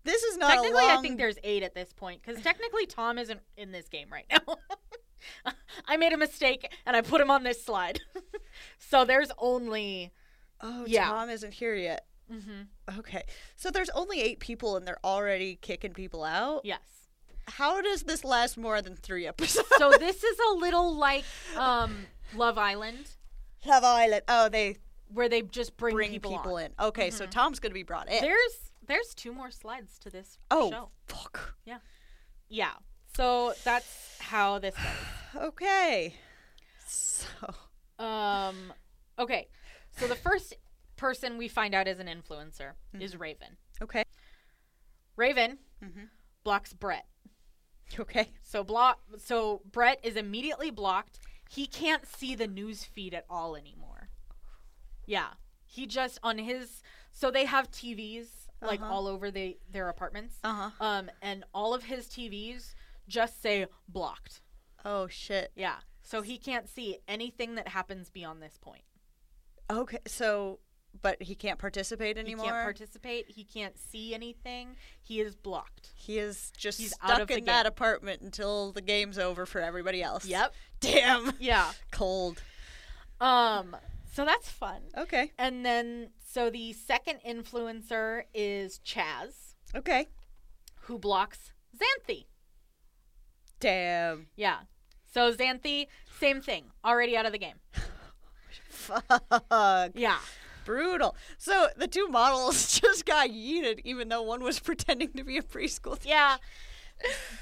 Speaker 1: This is not
Speaker 2: Technically,
Speaker 1: a long.
Speaker 2: I think there's eight at this point because technically Tom isn't in this game right now. I made a mistake and I put him on this slide. so there's only.
Speaker 1: Oh,
Speaker 2: yeah.
Speaker 1: Tom isn't here yet. Mm-hmm.
Speaker 2: Mhm.
Speaker 1: Okay, so there's only eight people, and they're already kicking people out.
Speaker 2: Yes.
Speaker 1: How does this last more than three episodes?
Speaker 2: so this is a little like um, Love Island,
Speaker 1: Love Island. Oh, they
Speaker 2: where they just bring,
Speaker 1: bring
Speaker 2: people,
Speaker 1: people,
Speaker 2: on. Mm-hmm.
Speaker 1: in. Okay, so Tom's gonna be brought in.
Speaker 2: There's there's two more slides to this
Speaker 1: oh,
Speaker 2: show.
Speaker 1: fuck.
Speaker 2: Yeah. So that's how this goes.
Speaker 1: Okay. So
Speaker 2: Um, okay. So the first person we find out is an influencer is Raven.
Speaker 1: okay,
Speaker 2: Raven
Speaker 1: Mhm.
Speaker 2: blocks Brett.
Speaker 1: okay.
Speaker 2: So block. So Brett is immediately blocked. He can't see the news feed at all anymore. Yeah, he just on his. So they have TVs like
Speaker 1: Uh-huh.
Speaker 2: all over the their apartments.
Speaker 1: Uh huh.
Speaker 2: Um, and all of his TVs just say blocked.
Speaker 1: Oh shit.
Speaker 2: Yeah. So he can't see anything that happens beyond this point.
Speaker 1: Okay, so but he can't participate
Speaker 2: He
Speaker 1: anymore.
Speaker 2: can't participate. He can't see anything. He is blocked.
Speaker 1: He is just
Speaker 2: He's out
Speaker 1: stuck
Speaker 2: of
Speaker 1: in
Speaker 2: the
Speaker 1: that
Speaker 2: game.
Speaker 1: apartment until the game's over for everybody else. Damn.
Speaker 2: Yeah.
Speaker 1: Cold.
Speaker 2: Um. So that's fun.
Speaker 1: Okay.
Speaker 2: And then, so the second influencer is Chaz,
Speaker 1: Okay.
Speaker 2: who blocks Xanthi.
Speaker 1: Damn.
Speaker 2: Yeah. So Xanthi, same thing, already out of the game.
Speaker 1: Fuck.
Speaker 2: Yeah.
Speaker 1: Brutal. So the two models just got yeeted, even though one was pretending to be a preschool. teacher.
Speaker 2: Yeah.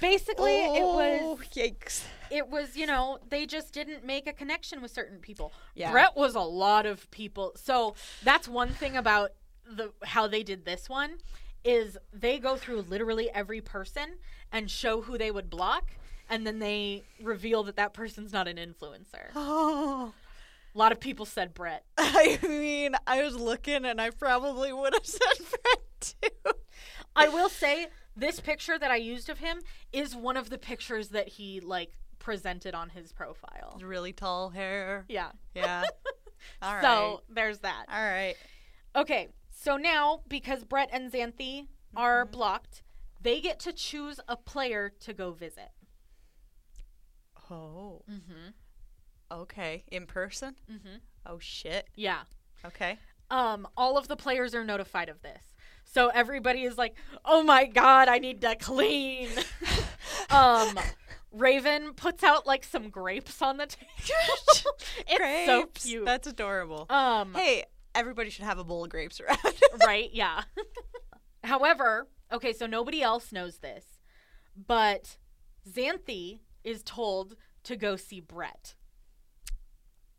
Speaker 2: Basically, it was
Speaker 1: Oh, yikes.
Speaker 2: it was you know they just didn't make a connection with certain people.
Speaker 1: Yeah.
Speaker 2: Brett was a lot of people, so that's one thing about the how they did this one is they go through literally every person and show who they would block, and then they reveal that that person's not an influencer.
Speaker 1: Oh.
Speaker 2: A lot of people said Brett.
Speaker 1: I mean, I was looking, and I probably would have said Fred too.
Speaker 2: I will say this picture that I used of him is one of the pictures that he like presented on his profile.
Speaker 1: Really tall hair.
Speaker 2: Yeah.
Speaker 1: Yeah. All right.
Speaker 2: So there's that.
Speaker 1: All right.
Speaker 2: Okay. So now because Brett and Xanthi are blocked, they get to choose a player to go visit.
Speaker 1: Oh.
Speaker 2: Mm-hmm.
Speaker 1: Okay. In person?
Speaker 2: Mm-hmm.
Speaker 1: Oh shit.
Speaker 2: Yeah.
Speaker 1: Okay.
Speaker 2: Um, all of the players are notified of this. So everybody is like, "Oh my god, I need to clean." um, Raven puts out like some grapes on the table. it's so
Speaker 1: Grapes.
Speaker 2: cute.
Speaker 1: That's adorable.
Speaker 2: um,
Speaker 1: hey, everybody should have a bowl of grapes around.
Speaker 2: right? Yeah. However, okay, so nobody else knows this, but Xanthi is told to go see Brett.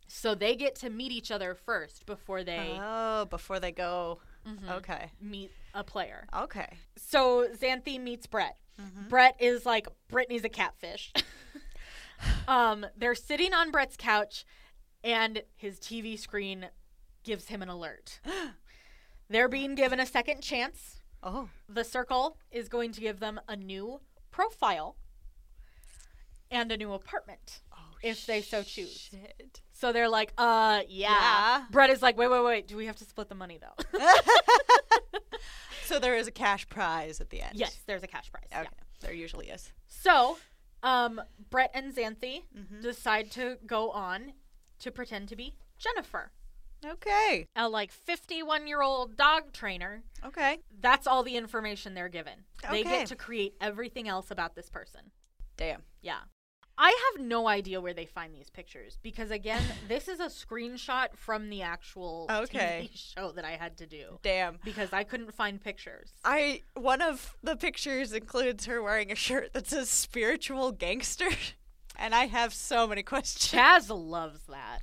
Speaker 2: So they get to meet each other first before they
Speaker 1: oh, before they go.
Speaker 2: mhm,
Speaker 1: Okay.
Speaker 2: meet a player.
Speaker 1: Okay.
Speaker 2: so Xanthi meets Brett.
Speaker 1: Mhm.
Speaker 2: Brett is like Brittany's a catfish. um, they're sitting on Brett's couch, and his TV screen gives him an alert. they're being given a second chance.
Speaker 1: Oh.
Speaker 2: The circle is going to give them a new profile and a new apartment.
Speaker 1: Oh,
Speaker 2: If they so choose.
Speaker 1: shit.
Speaker 2: So they're like, uh, yeah.
Speaker 1: Yeah.
Speaker 2: Brett is like, wait, wait, wait. Do we have to split the money though?
Speaker 1: So there is a cash prize at the end.
Speaker 2: yes, there's a cash prize.
Speaker 1: Okay.
Speaker 2: Yeah.
Speaker 1: There usually is.
Speaker 2: So, Um, Brett and Xanthi
Speaker 1: Mhm.
Speaker 2: decide to go on to pretend to be Jennifer,
Speaker 1: Okay.
Speaker 2: a like 51 year old dog trainer.
Speaker 1: Okay.
Speaker 2: That's all the information they're given. They
Speaker 1: Okay.
Speaker 2: get to create everything else about this person.
Speaker 1: Damn.
Speaker 2: Yeah. I have no idea where they find these pictures because, again, this is a screenshot from the actual
Speaker 1: Okay.
Speaker 2: TV show that I had to do
Speaker 1: Damn.
Speaker 2: because I couldn't find pictures.
Speaker 1: I one of the pictures includes her wearing a shirt that says spiritual gangster. And I have so many questions.
Speaker 2: Chaz loves that.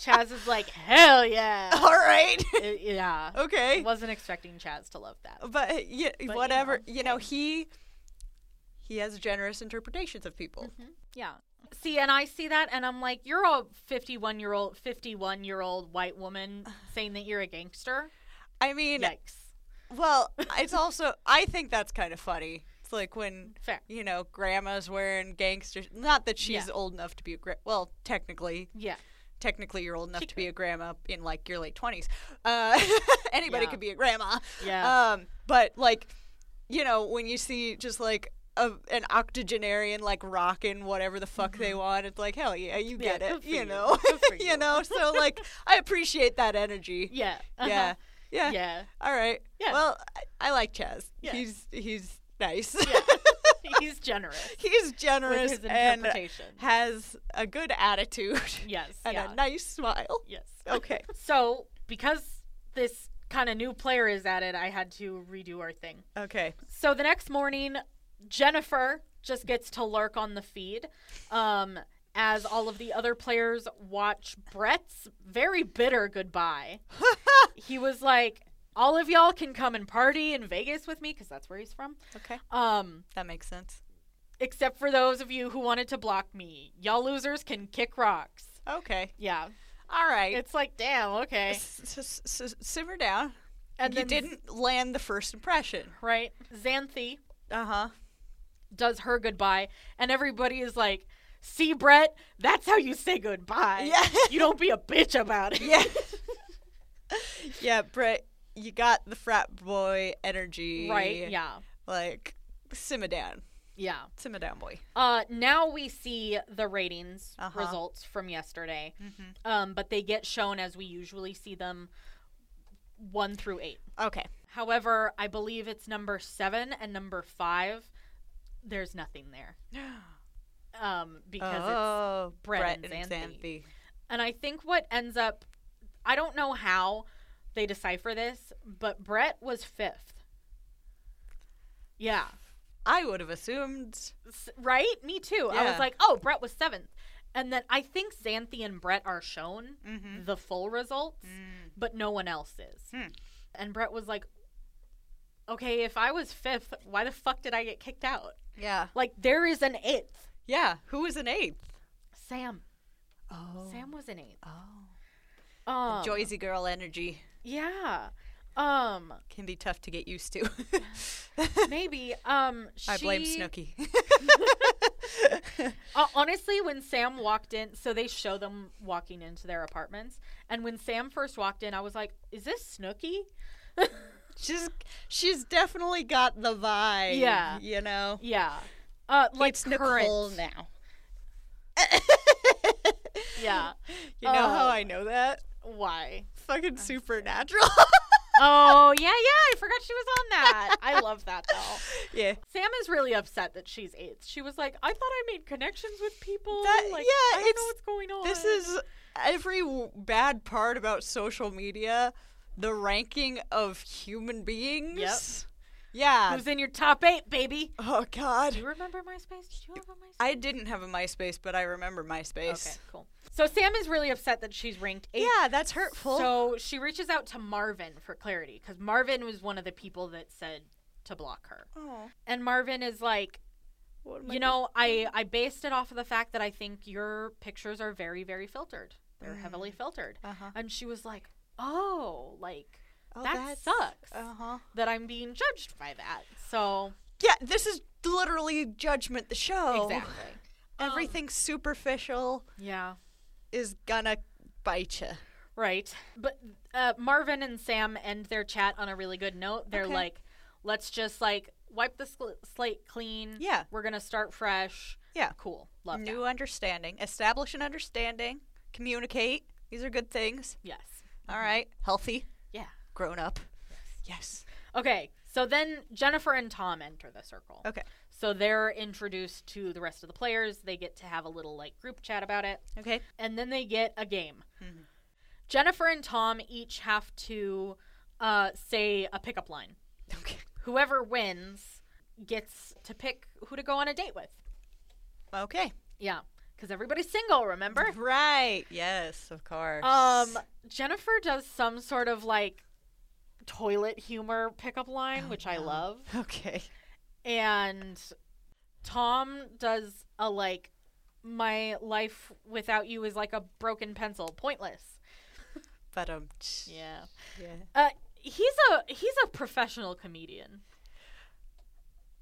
Speaker 2: Chaz is like, hell yeah.
Speaker 1: All right.
Speaker 2: Uh, yeah.
Speaker 1: okay.
Speaker 2: Wasn't expecting Chaz to love that.
Speaker 1: but yeah,
Speaker 2: you
Speaker 1: whatever.
Speaker 2: know,
Speaker 1: You know,
Speaker 2: hey.
Speaker 1: he he has generous interpretations of people.
Speaker 2: Yeah. See, and I see that, and I'm like, you're a 51 year old, 51 year old white woman saying that you're a gangster.
Speaker 1: I mean,
Speaker 2: Yikes.
Speaker 1: well, it's also I think that's kind of funny. It's like when
Speaker 2: Fair.
Speaker 1: you know grandma's wearing gangster. Not that she's
Speaker 2: Yeah.
Speaker 1: old enough to be a gra- well, technically,
Speaker 2: Yeah.
Speaker 1: technically you're old enough
Speaker 2: She
Speaker 1: to be a grandma in like your late twenties. Uh, anybody
Speaker 2: Yeah.
Speaker 1: could be a grandma.
Speaker 2: Yeah.
Speaker 1: Um, but like, you know, when you see just like. A, an octogenarian like rocking whatever the fuck they want. It's like hell yeah, you
Speaker 2: Mm-hmm. Yeah,
Speaker 1: get
Speaker 2: good
Speaker 1: it,
Speaker 2: for
Speaker 1: you
Speaker 2: you.
Speaker 1: know,
Speaker 2: Good for you.
Speaker 1: know. So like, I appreciate that energy.
Speaker 2: yeah.
Speaker 1: Yeah, yeah.
Speaker 2: Uh-huh. Yeah.
Speaker 1: All right.
Speaker 2: Yeah.
Speaker 1: Well, I, I like Chaz.
Speaker 2: Yeah.
Speaker 1: He's he's nice.
Speaker 2: He's generous
Speaker 1: he's
Speaker 2: with
Speaker 1: generous
Speaker 2: his
Speaker 1: and
Speaker 2: interpretation.
Speaker 1: has a good attitude
Speaker 2: yes.
Speaker 1: and
Speaker 2: yeah.
Speaker 1: a nice smile.
Speaker 2: yes.
Speaker 1: Okay.
Speaker 2: So, because this kind of new player is at it, I had to redo our thing.
Speaker 1: okay.
Speaker 2: So the next morning, Jennifer just gets to lurk on the feed um, as all of the other players watch Brett's very bitter goodbye. he was like, All of y'all can come and party in Vegas with me, because that's where he's from.
Speaker 1: Okay.
Speaker 2: Um,
Speaker 1: That makes sense.
Speaker 2: except for those of you who wanted to block me. Y'all losers can kick rocks.
Speaker 1: Okay.
Speaker 2: Yeah.
Speaker 1: All right.
Speaker 2: It's like, damn, okay.
Speaker 1: S- s- s- simmer down.
Speaker 2: And
Speaker 1: you
Speaker 2: then-
Speaker 1: didn't land the first impression.
Speaker 2: Right? Xanthi
Speaker 1: Uh huh.
Speaker 2: does her goodbye, and everybody is like, "See, Brett, that's how you say goodbye.
Speaker 1: Yeah.
Speaker 2: you don't be a bitch about it."
Speaker 1: Yeah. yeah, Brett, you got the frat boy energy.
Speaker 2: right. Yeah,
Speaker 1: Like, simmer down.
Speaker 2: yeah.
Speaker 1: Simmer down, boy.
Speaker 2: Uh, now we see the ratings
Speaker 1: Uh-huh.
Speaker 2: results from yesterday,
Speaker 1: Mm-hmm.
Speaker 2: um, but they get shown as we usually see them, one through eight.
Speaker 1: Okay.
Speaker 2: However, I believe it's number seven and number five. There's nothing there um, because it's
Speaker 1: oh,
Speaker 2: Brett and Xanthi. And I think what ends up, I don't know how they decipher this, but Brett was fifth. Yeah.
Speaker 1: I would have assumed.
Speaker 2: S- right? Me too. I was
Speaker 1: Yeah.
Speaker 2: like, oh, Brett was seventh. And then I think Xanthi and Brett are shown
Speaker 1: Mm-hmm.
Speaker 2: the full results,
Speaker 1: Mm.
Speaker 2: but no one else is.
Speaker 1: Hmm.
Speaker 2: And Brett was like, okay, if I was fifth, why the fuck did I get kicked out?
Speaker 1: Yeah.
Speaker 2: Like, there is an eighth.
Speaker 1: Yeah. Who was an eighth?
Speaker 2: Sam.
Speaker 1: Oh.
Speaker 2: Sam was an eighth.
Speaker 1: Oh.
Speaker 2: Um,
Speaker 1: Joyzy girl energy
Speaker 2: Yeah. Um,
Speaker 1: can be tough to get used to.
Speaker 2: Maybe. Um, she,
Speaker 1: I blame Snooky.
Speaker 2: Uh, honestly, when Sam walked in, so they show them walking into their apartments, and when Sam first walked in, I was like, "Is this Snooky?"
Speaker 1: she's she's definitely got the vibe.
Speaker 2: Yeah.
Speaker 1: You know.
Speaker 2: Yeah. Uh, like
Speaker 1: it's
Speaker 2: current.
Speaker 1: Nicole now.
Speaker 2: Yeah.
Speaker 1: You know how
Speaker 2: Oh.
Speaker 1: I know that?
Speaker 2: Why?
Speaker 1: Fucking supernatural.
Speaker 2: Oh yeah, yeah. I forgot she was on that. I love that though.
Speaker 1: yeah.
Speaker 2: Sam is really upset that she's eighth. She was like, "I thought I made connections with people.
Speaker 1: That-
Speaker 2: like,
Speaker 1: yeah,
Speaker 2: I don't know
Speaker 1: it's-
Speaker 2: what's going on."
Speaker 1: This is every w- bad part about social media the ranking of human beings. Yeah.
Speaker 2: who's in your top eight, baby.
Speaker 1: Oh,
Speaker 2: Do
Speaker 1: God.
Speaker 2: you remember MySpace? Did you have a MySpace?
Speaker 1: I didn't have a MySpace, but I remember MySpace.
Speaker 2: Okay, cool. So Sam is really upset that she's ranked eighth.
Speaker 1: Yeah, that's hurtful.
Speaker 2: So she reaches out to Marvin for clarity because Marvin was one of the people that said to block her.
Speaker 1: oh,
Speaker 2: And Marvin is like, mm-hmm.
Speaker 1: what am I
Speaker 2: you know, I, I based it off of the fact that I think your pictures are very, very filtered. They're heavily filtered.
Speaker 1: doing? Uh-huh.
Speaker 2: And she was like, oh, like
Speaker 1: Oh,
Speaker 2: that sucks
Speaker 1: Uh-huh.
Speaker 2: that I'm being judged by that. So
Speaker 1: Yeah, this is literally Judgment the show.
Speaker 2: exactly.
Speaker 1: Everything superficial
Speaker 2: Yeah.
Speaker 1: is gonna bite you.
Speaker 2: Right. But uh, Marvin and Sam end their chat on a really good note. They're
Speaker 1: Okay.
Speaker 2: like, let's just like wipe the sl- slate clean.
Speaker 1: Yeah.
Speaker 2: We're going to start fresh.
Speaker 1: Yeah.
Speaker 2: Cool. Love
Speaker 1: New
Speaker 2: that.
Speaker 1: understanding. Establish an understanding. Communicate. These are good things.
Speaker 2: Yes.
Speaker 1: All right. Healthy.
Speaker 2: Yeah.
Speaker 1: Grown up. Yes.
Speaker 2: Okay. So then Jennifer and Tom enter the circle.
Speaker 1: Okay.
Speaker 2: So they're introduced to the rest of the players. They get to have a little like group chat about it.
Speaker 1: Okay.
Speaker 2: and then they get a game.
Speaker 1: Mhm.
Speaker 2: Jennifer and Tom each have to uh, say a pickup line.
Speaker 1: Okay.
Speaker 2: Whoever wins gets to pick who to go on a date with.
Speaker 1: Okay.
Speaker 2: Yeah, because everybody's single, remember?
Speaker 1: Right. Yes, of course.
Speaker 2: Um, Jennifer does some sort of like toilet humor pickup line,
Speaker 1: Oh,
Speaker 2: which I
Speaker 1: no.
Speaker 2: love,
Speaker 1: Okay.
Speaker 2: and Tom does a like, my life without you is like a broken pencil, pointless.
Speaker 1: But um.
Speaker 2: Yeah.
Speaker 1: Yeah.
Speaker 2: Uh, he's a he's a professional comedian.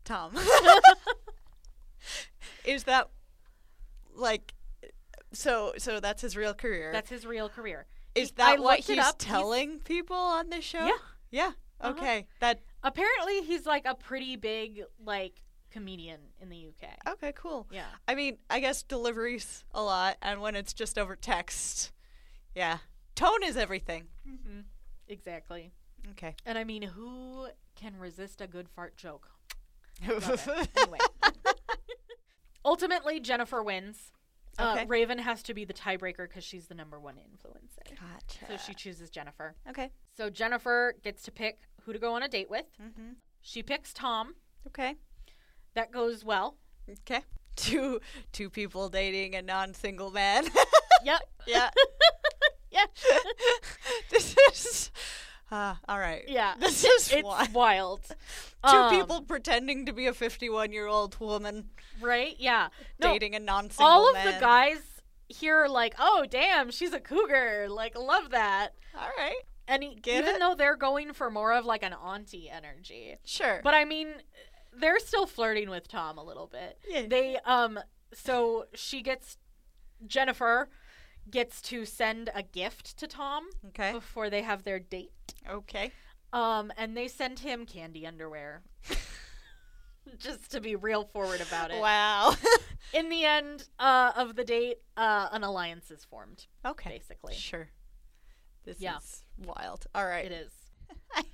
Speaker 1: Tom. Is that like? So so that's his real career.
Speaker 2: That's his real career.
Speaker 1: Is
Speaker 2: I
Speaker 1: that what
Speaker 2: looked it
Speaker 1: he's
Speaker 2: up. He's-
Speaker 1: telling people on this show?
Speaker 2: Yeah.
Speaker 1: Yeah.
Speaker 2: Uh-huh.
Speaker 1: Okay. That.
Speaker 2: Apparently, he's like a pretty big like comedian in the UK.
Speaker 1: Okay. Cool.
Speaker 2: Yeah.
Speaker 1: I mean, I guess deliveries a lot, and when it's just over text, yeah, tone is everything.
Speaker 2: Mm-hmm. Exactly.
Speaker 1: Okay.
Speaker 2: And I mean, who can resist a good fart joke? Love it.
Speaker 1: okay.
Speaker 2: Anyway. Ultimately, Jennifer wins. Uh,
Speaker 1: Okay.
Speaker 2: Raven has to be the tiebreaker because she's the number one influencer.
Speaker 1: Gotcha.
Speaker 2: So she chooses Jennifer.
Speaker 1: okay.
Speaker 2: So Jennifer gets to pick who to go on a date with.
Speaker 1: Mm-hmm.
Speaker 2: She picks Tom.
Speaker 1: Okay.
Speaker 2: That goes well.
Speaker 1: Okay. Two two people dating a non-single man.
Speaker 2: Yep.
Speaker 1: yeah.
Speaker 2: Yeah.
Speaker 1: this is. Uh, all right.
Speaker 2: Yeah.
Speaker 1: This is
Speaker 2: It's
Speaker 1: why.
Speaker 2: wild.
Speaker 1: Two
Speaker 2: Um,
Speaker 1: people pretending to be a 51-year-old woman
Speaker 2: right? Yeah. No,
Speaker 1: dating a non-single
Speaker 2: all of
Speaker 1: man.
Speaker 2: the guys here are like, "Oh, damn, she's a cougar. Like, love that."
Speaker 1: All right.
Speaker 2: And he,
Speaker 1: Get
Speaker 2: even
Speaker 1: it?
Speaker 2: though they're going for more of like an auntie energy,
Speaker 1: Sure.
Speaker 2: but I mean, they're still flirting with Tom a little bit.
Speaker 1: Yeah.
Speaker 2: They um, so she gets Jennifer gets to send a gift to Tom
Speaker 1: okay.
Speaker 2: before they have their date.
Speaker 1: Okay.
Speaker 2: Um, and they send him candy underwear. Just to be real forward about it.
Speaker 1: Wow.
Speaker 2: In the end uh, of the date, uh, an alliance is formed,
Speaker 1: okay.
Speaker 2: basically.
Speaker 1: Sure. This
Speaker 2: Yeah.
Speaker 1: is wild. All right.
Speaker 2: It is.
Speaker 1: what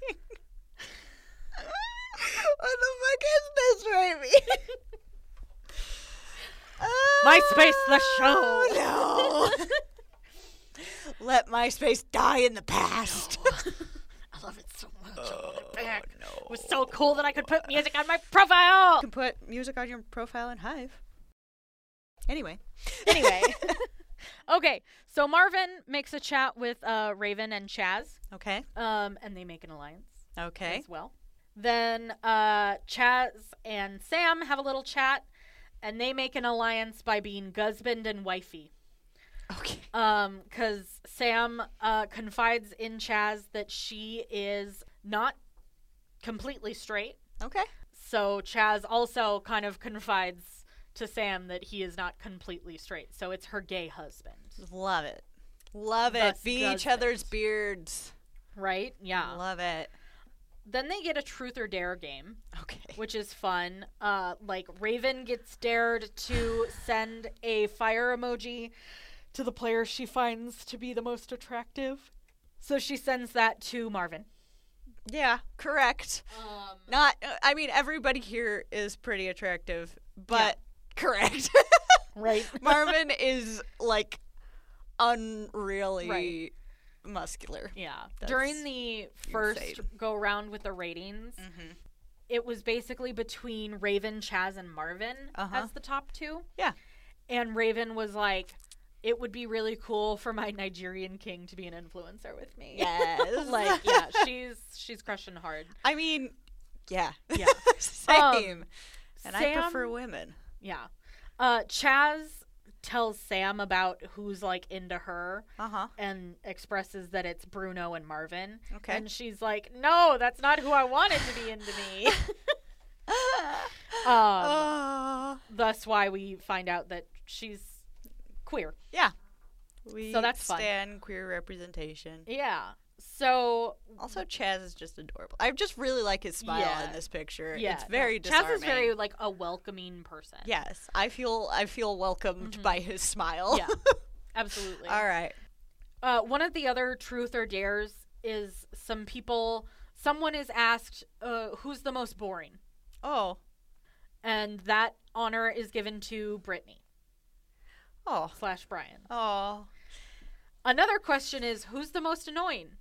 Speaker 1: the fuck is this, Raby?
Speaker 2: MySpace the
Speaker 1: Oh, no. Let MySpace die in the past.
Speaker 2: I love it so much. I want it back.
Speaker 1: Oh, no.
Speaker 2: It was so cool that I could put music on my profile.
Speaker 1: can put music on your profile in Hive. Anyway.
Speaker 2: Anyway. okay, so Marvin makes a chat with uh, Raven and Chaz,
Speaker 1: Okay.
Speaker 2: um, and they make an alliance
Speaker 1: Okay.
Speaker 2: as well. Then uh, Chaz and Sam have a little chat, and they make an alliance by being husband and wifey.
Speaker 1: Okay.
Speaker 2: um because sam uh confides in chaz that she is not completely straight
Speaker 1: Okay.
Speaker 2: so chaz also kind of confides to sam that he is not completely straight so it's her gay husband
Speaker 1: Love it. Love it.
Speaker 2: Thus
Speaker 1: Be
Speaker 2: does
Speaker 1: each other's
Speaker 2: it.
Speaker 1: beards.
Speaker 2: right yeah
Speaker 1: Love it.
Speaker 2: then they get a truth or dare game
Speaker 1: Okay.
Speaker 2: which is fun uh like raven gets dared to send a fire emoji to the player she finds to be the most attractive so she sends that to marvin
Speaker 1: Yeah, correct.
Speaker 2: um
Speaker 1: Not I mean everybody here is pretty attractive, but correct.
Speaker 2: Right.
Speaker 1: Marvin is like unreally
Speaker 2: Right.
Speaker 1: muscular.
Speaker 2: Yeah.
Speaker 1: That's
Speaker 2: During the first
Speaker 1: insane.
Speaker 2: go round with the ratings,
Speaker 1: Mhm.
Speaker 2: it was basically between Raven, Chaz, and Marvin
Speaker 1: Uh-huh.
Speaker 2: as the top two.
Speaker 1: Yeah.
Speaker 2: And Raven was like, it would be really cool for my Nigerian king to be an influencer with me.
Speaker 1: Yes.
Speaker 2: like, yeah, she's she's crushing hard.
Speaker 1: I mean, yeah.
Speaker 2: Yeah. Um,
Speaker 1: Same. and I prefer
Speaker 2: Sam-
Speaker 1: women.
Speaker 2: Yeah. Uh, Chaz tells Sam about who's like into her
Speaker 1: Uh-huh.
Speaker 2: and expresses that it's Bruno and Marvin.
Speaker 1: Okay.
Speaker 2: And she's like, "No, that's not who I wanted to be into me." um,
Speaker 1: Uh,
Speaker 2: thus, why we find out that she's queer.
Speaker 1: we
Speaker 2: so that's fun.
Speaker 1: stand queer representation.
Speaker 2: Yeah. So
Speaker 1: Also, Chaz is just adorable. I just really like his smile
Speaker 2: Yeah.
Speaker 1: in this picture.
Speaker 2: yeah,
Speaker 1: it's
Speaker 2: no,
Speaker 1: very
Speaker 2: Chaz
Speaker 1: disarming.
Speaker 2: is very like a welcoming person.
Speaker 1: Yes, I feel I feel welcomed
Speaker 2: Mhm.
Speaker 1: by his smile.
Speaker 2: yeah, absolutely.
Speaker 1: All right.
Speaker 2: Uh, one of the other truth or dares is some people. Someone is asked, uh, "Who's the most boring?"
Speaker 1: Oh.
Speaker 2: and that honor is given to Brittany
Speaker 1: Oh.
Speaker 2: slash Brian.
Speaker 1: Oh.
Speaker 2: Another question is, "Who's the most annoying?"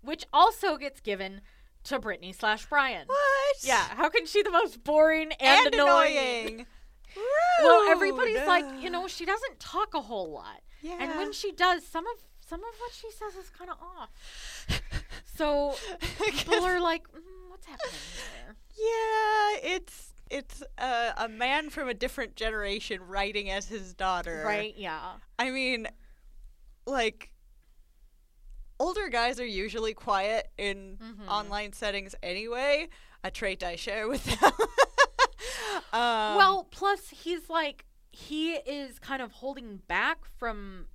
Speaker 2: which also gets given to Brittany slash Brian.
Speaker 1: What?
Speaker 2: Yeah, how can she the most boring and,
Speaker 1: And, annoying.
Speaker 2: Well, everybody's
Speaker 1: Rude.
Speaker 2: like, you know, she doesn't talk a whole lot,
Speaker 1: Yeah.
Speaker 2: and when she does, some of some of what she says is kind of off. So people are like, mm, "What's happening here?"
Speaker 1: yeah, it's it's uh, a man from a different generation writing as his daughter.
Speaker 2: Right? Yeah.
Speaker 1: I mean, like older guys are usually quiet in
Speaker 2: Mhm.
Speaker 1: online settings anyway. A trait I share with them. um,
Speaker 2: well, plus he's like he is kind of holding back from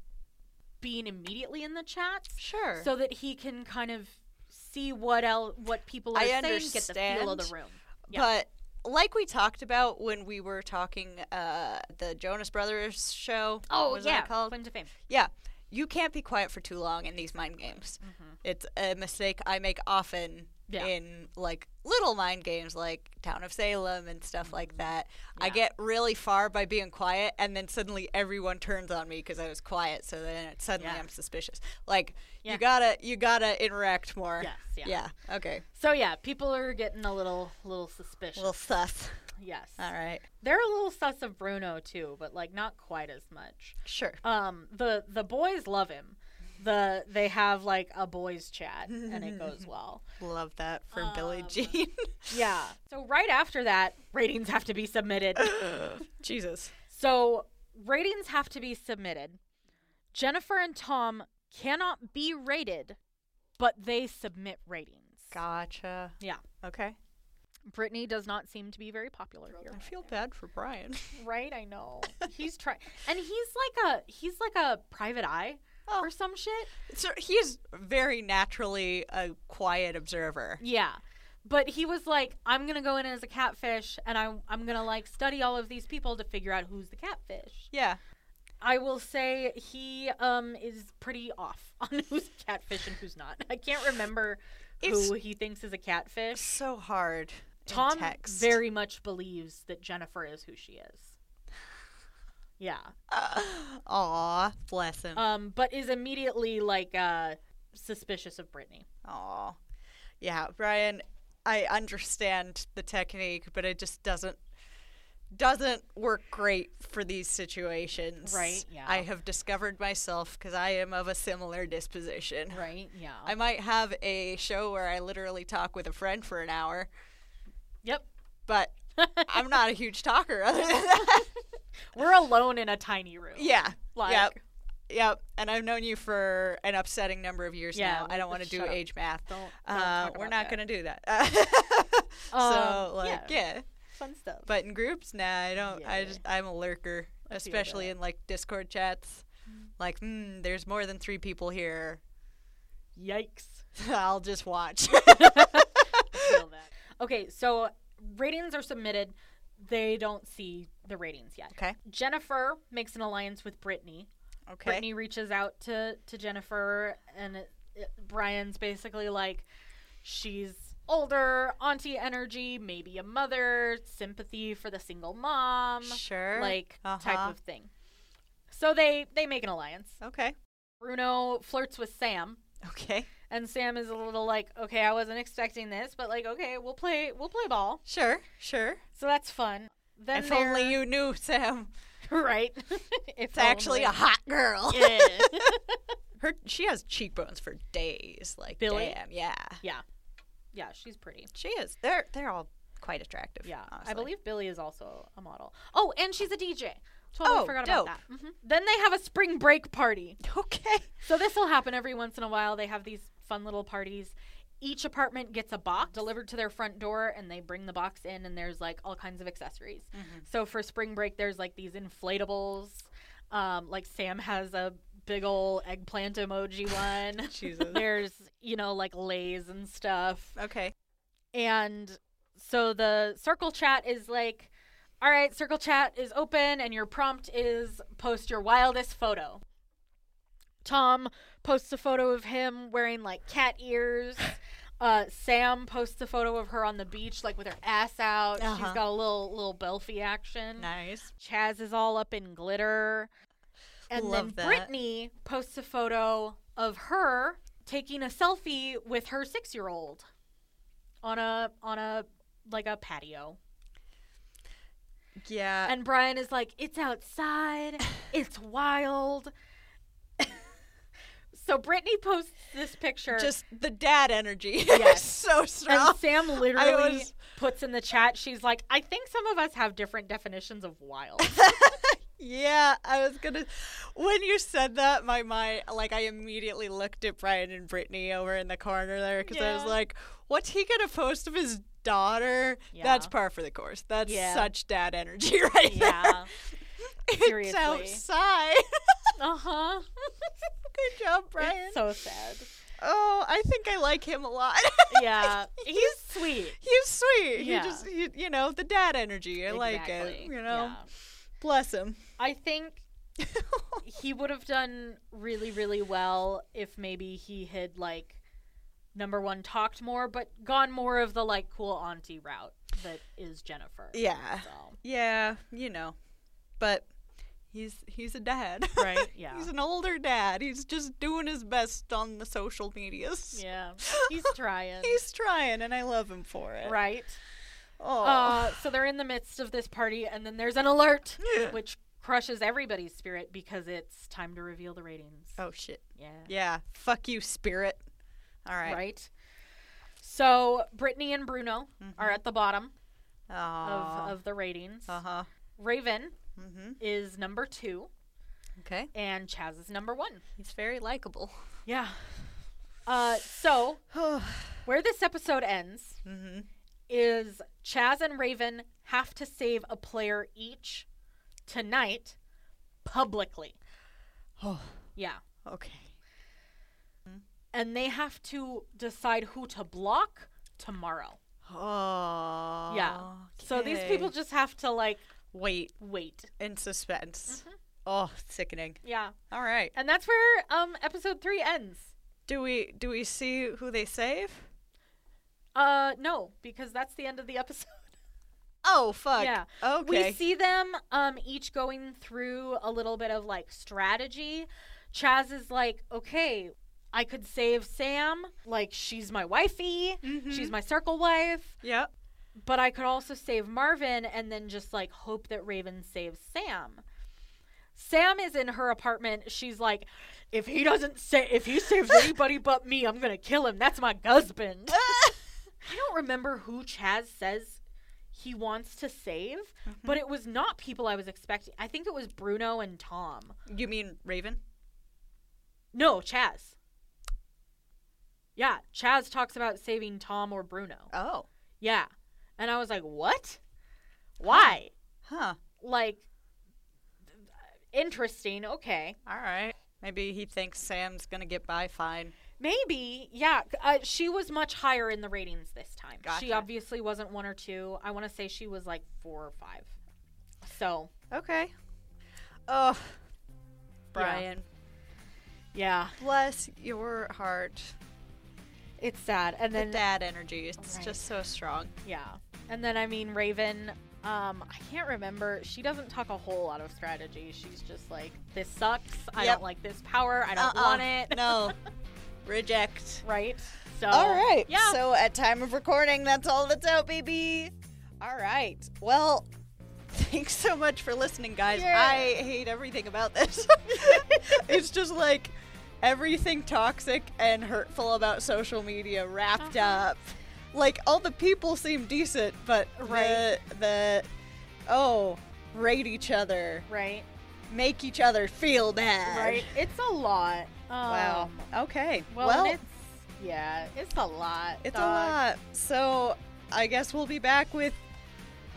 Speaker 2: being immediately in the chats
Speaker 1: sure.
Speaker 2: so that he can kind of see what else what people are
Speaker 1: I
Speaker 2: saying, get the feel of
Speaker 1: understand.
Speaker 2: the room. Yeah.
Speaker 1: But like we talked about when we were talking uh, the Jonas Brothers show.
Speaker 2: Oh,
Speaker 1: what was that called?
Speaker 2: claim to fame.
Speaker 1: Yeah. You can't be quiet for too long in these mind games. It's a mistake I make often
Speaker 2: Mm-hmm. Yeah.
Speaker 1: in like little mind games like Town of Salem and stuff like that. I
Speaker 2: Mm-hmm. Yeah.
Speaker 1: get really far by being quiet and then suddenly everyone turns on me because I was quiet, so then it, suddenly
Speaker 2: Yeah.
Speaker 1: I'm suspicious. Like
Speaker 2: Yeah.
Speaker 1: you got to you got to interact more.
Speaker 2: Yes, yeah.
Speaker 1: Yeah. Okay.
Speaker 2: So yeah, people are getting a little little suspicious.
Speaker 1: Well, sus.
Speaker 2: yes.
Speaker 1: All right.
Speaker 2: They're a little sus of Bruno too, but like not quite as much.
Speaker 1: Sure.
Speaker 2: Um the the boys love him. The they have like a boys chat and it goes well.
Speaker 1: Love that from Billie
Speaker 2: Um,
Speaker 1: Jean.
Speaker 2: Yeah. So right after that, ratings have to be submitted.
Speaker 1: Jesus.
Speaker 2: so ratings have to be submitted. Jennifer and Tom cannot be rated, but they submit ratings.
Speaker 1: Gotcha.
Speaker 2: Yeah.
Speaker 1: Okay.
Speaker 2: Brittany does not seem to be very popular here.
Speaker 1: I feel bad for Brian.
Speaker 2: Right, I know. He's trying and he's like a he's like a private eye
Speaker 1: Oh.
Speaker 2: or some shit.
Speaker 1: So he's very naturally a quiet observer.
Speaker 2: Yeah. But he was like, I'm gonna go in as a catfish and I I'm gonna like study all of these people to figure out who's the catfish.
Speaker 1: Yeah.
Speaker 2: I will say he um is pretty off on who's a catfish and who's not. I can't remember
Speaker 1: It's-
Speaker 2: who he thinks is a catfish.
Speaker 1: So hard. in
Speaker 2: Tom
Speaker 1: text.
Speaker 2: very much believes that Jennifer is who she is. Yeah.
Speaker 1: Uh, aw, bless him.
Speaker 2: Um but is immediately like uh suspicious of Brittany.
Speaker 1: aw. Yeah, Brian. I understand the technique, but it just doesn't doesn't work great for these situations.
Speaker 2: Right, yeah.
Speaker 1: I have discovered myself because I am of a similar disposition.
Speaker 2: Right? Yeah.
Speaker 1: I might have a show where I literally talk with a friend for an hour,
Speaker 2: yep.
Speaker 1: but I'm not a huge talker other than that.
Speaker 2: We're alone in a tiny room.
Speaker 1: yeah.
Speaker 2: Like
Speaker 1: Yep. Yep. And I've known you for an upsetting number of years
Speaker 2: Yeah,
Speaker 1: now. I
Speaker 2: like,
Speaker 1: don't want to
Speaker 2: just
Speaker 1: do
Speaker 2: shut up.
Speaker 1: age math.
Speaker 2: don't, do
Speaker 1: Uh, we're not going to do that. so,
Speaker 2: Um,
Speaker 1: like,
Speaker 2: yeah.
Speaker 1: yeah.
Speaker 2: fun stuff.
Speaker 1: But in groups, nah, I don't. I
Speaker 2: Yeah.
Speaker 1: just, I'm a lurker, especially
Speaker 2: that. Mm.
Speaker 1: in like Discord chats. Like, hmm, there's more than three people here.
Speaker 2: Yikes.
Speaker 1: I'll just watch.
Speaker 2: feel that. Okay, so ratings are submitted. They don't see the ratings yet.
Speaker 1: okay.
Speaker 2: Jennifer makes an alliance with Brittany.
Speaker 1: Okay.
Speaker 2: Brittany reaches out to, to Jennifer, and it, it- Brian's basically like, she's older, auntie energy, maybe a mother, sympathy for the single mom,
Speaker 1: Sure.
Speaker 2: like type
Speaker 1: Uh-huh.
Speaker 2: of thing. So they they make an alliance.
Speaker 1: Okay.
Speaker 2: Bruno flirts with Sam,
Speaker 1: Okay.
Speaker 2: and Sam is a little like, okay, I wasn't expecting this, but like, okay, we'll play we'll play ball.
Speaker 1: Sure. Sure.
Speaker 2: So that's fun. Then
Speaker 1: if only
Speaker 2: there-
Speaker 1: you knew, Sam.
Speaker 2: right. if
Speaker 1: It's actually a hot girl.
Speaker 2: yeah.
Speaker 1: Her she has cheekbones for days. Like
Speaker 2: Billie?
Speaker 1: damn, yeah,
Speaker 2: yeah, she's pretty.
Speaker 1: she is. They're they're all quite attractive.
Speaker 2: Yeah, I
Speaker 1: honestly.
Speaker 2: believe Billy is also a model. Oh, and she's a DJ. Totally
Speaker 1: Oh,
Speaker 2: forgot
Speaker 1: dope.
Speaker 2: about that. hmm Then they have a spring break party.
Speaker 1: Okay.
Speaker 2: So this will happen every once in a while. They have these fun little parties. Each apartment gets a box delivered to their front door, and they bring the box in, and there's like all kinds of accessories.
Speaker 1: Mm-hmm.
Speaker 2: So for spring break, there's like these inflatables. Um, like Sam has a big ol' eggplant emoji one.
Speaker 1: Jesus.
Speaker 2: There's, you know, like lays and stuff.
Speaker 1: Okay.
Speaker 2: And so the circle chat is like, all right, circle chat is open, and your prompt is post your wildest photo. Tom posts a photo of him wearing like cat ears. Uh, Sam posts a photo of her on the beach, like with her ass out. She's
Speaker 1: Uh-huh.
Speaker 2: got a little little belfie action.
Speaker 1: Nice.
Speaker 2: Chaz is all up in glitter. And
Speaker 1: Love
Speaker 2: then
Speaker 1: that.
Speaker 2: Brittany posts a photo of her taking a selfie with her six year old on a on a like a patio.
Speaker 1: Yeah.
Speaker 2: And Brian is like, It's outside, it's wild. so Brittany posts this picture.
Speaker 1: just the dad energy.
Speaker 2: Yes.
Speaker 1: Yes. so strong.
Speaker 2: and Sam literally
Speaker 1: was-
Speaker 2: puts in the chat, she's like, I think some of us have different definitions of wild.
Speaker 1: yeah, I was gonna. When you said that, my mind, like, I immediately looked at Brian and Brittany over in the corner there because I
Speaker 2: Yeah.
Speaker 1: was like, "What's he gonna post of his daughter?" That's
Speaker 2: Yeah.
Speaker 1: par for the course. That's
Speaker 2: Yeah.
Speaker 1: such dad energy right there.
Speaker 2: yeah.
Speaker 1: It's
Speaker 2: seriously.
Speaker 1: outside.
Speaker 2: Uh huh.
Speaker 1: Good job, Brian.
Speaker 2: It's so sad.
Speaker 1: oh, I think I like him a lot.
Speaker 2: Yeah, he's sweet.
Speaker 1: He's sweet.
Speaker 2: Yeah.
Speaker 1: He just, he, you know, the dad energy. I like it.
Speaker 2: Exactly.
Speaker 1: You know,
Speaker 2: Yeah.
Speaker 1: bless him.
Speaker 2: I think he would have done really, really well if maybe he had like number one talked more, but gone more of the like cool auntie route that is Jennifer.
Speaker 1: yeah.
Speaker 2: So,
Speaker 1: Yeah, you know, but he's he's a dad,
Speaker 2: right? Yeah.
Speaker 1: he's an older dad. He's just doing his best on the social medias.
Speaker 2: yeah. He's trying.
Speaker 1: He's trying, and I love him for it.
Speaker 2: right.
Speaker 1: Oh.
Speaker 2: Uh, so they're in the midst of this party, and then there's an alert, which crushes everybody's spirit because it's time to reveal the ratings.
Speaker 1: oh shit.
Speaker 2: Yeah.
Speaker 1: Yeah. Fuck you, spirit. All right.
Speaker 2: right. So Brittany and Bruno are at the bottom
Speaker 1: Mm-hmm. Aw.
Speaker 2: of, of the ratings.
Speaker 1: uh-huh.
Speaker 2: Raven
Speaker 1: Mm-hmm.
Speaker 2: is number two,
Speaker 1: Okay.
Speaker 2: and Chaz is number one.
Speaker 1: He's very likable.
Speaker 2: Yeah. Uh, so
Speaker 1: mm-hmm.
Speaker 2: where this episode ends is Chaz and Raven have to save a player each tonight publicly.
Speaker 1: Oh.
Speaker 2: Yeah.
Speaker 1: Okay.
Speaker 2: And they have to decide who to block tomorrow.
Speaker 1: Oh.
Speaker 2: So these people just have to like
Speaker 1: wait
Speaker 2: wait.
Speaker 1: in suspense. Oh, sickening.
Speaker 2: Mm-hmm. Yeah.
Speaker 1: All right.
Speaker 2: And that's where um episode three ends.
Speaker 1: Do we do we see who they save?
Speaker 2: Uh no, because that's the end of the episode.
Speaker 1: Oh fuck.
Speaker 2: Yeah.
Speaker 1: Okay.
Speaker 2: We see them um each going through a little bit of like strategy. Chaz is like, okay, I could save Sam, like she's my wifey, she's my circle wife,
Speaker 1: Mm-hmm. Yep.
Speaker 2: but I could also save Marvin and then just like hope that Raven saves Sam. Sam is in her apartment. She's like, if he doesn't say, if he saves anybody but me, I'm gonna kill him. That's my husband. I don't remember who Chaz says he wants to save, but it was not people I was expecting. I think it was Bruno and Tom.
Speaker 1: You mean Raven?
Speaker 2: No, Chaz. Yeah, Chaz talks about saving Tom or Bruno.
Speaker 1: Oh.
Speaker 2: Yeah. And I was like, what? Why?
Speaker 1: Huh.
Speaker 2: Like, interesting. Okay.
Speaker 1: All right. Maybe he thinks Sam's gonna get by fine.
Speaker 2: Maybe. Yeah. Uh, she was much higher in the ratings this time. She
Speaker 1: Gotcha.
Speaker 2: obviously wasn't one or two. I want to say she was like four or five. So,
Speaker 1: Okay. Oh. Brian,
Speaker 2: yeah.
Speaker 1: bless your heart.
Speaker 2: It's sad. And
Speaker 1: The
Speaker 2: then,
Speaker 1: dad energy. It's
Speaker 2: Right.
Speaker 1: just so strong.
Speaker 2: yeah. And then, I mean, Raven, um, I can't remember. She doesn't talk a whole lot of strategy. She's just like, this sucks. I
Speaker 1: Yep.
Speaker 2: don't like this power. I don't
Speaker 1: Uh-uh.
Speaker 2: want it.
Speaker 1: No. Reject. Oh.
Speaker 2: Right? So,
Speaker 1: All right.
Speaker 2: Yeah.
Speaker 1: So at time of recording, that's all that's out, baby. All right. Well, thanks so much for listening, guys.
Speaker 2: Yeah.
Speaker 1: I hate everything about this. it's just like everything toxic and hurtful about social media wrapped
Speaker 2: Uh-huh.
Speaker 1: up. Like all the people seem decent, but
Speaker 2: Right.
Speaker 1: the, the oh, rate each other,
Speaker 2: right.
Speaker 1: make each other feel bad.
Speaker 2: Right. It's a lot. Um,
Speaker 1: Wow. Okay.
Speaker 2: Well, and it's yeah, it's a lot.
Speaker 1: It's a
Speaker 2: dog.
Speaker 1: lot. So I guess we'll be back with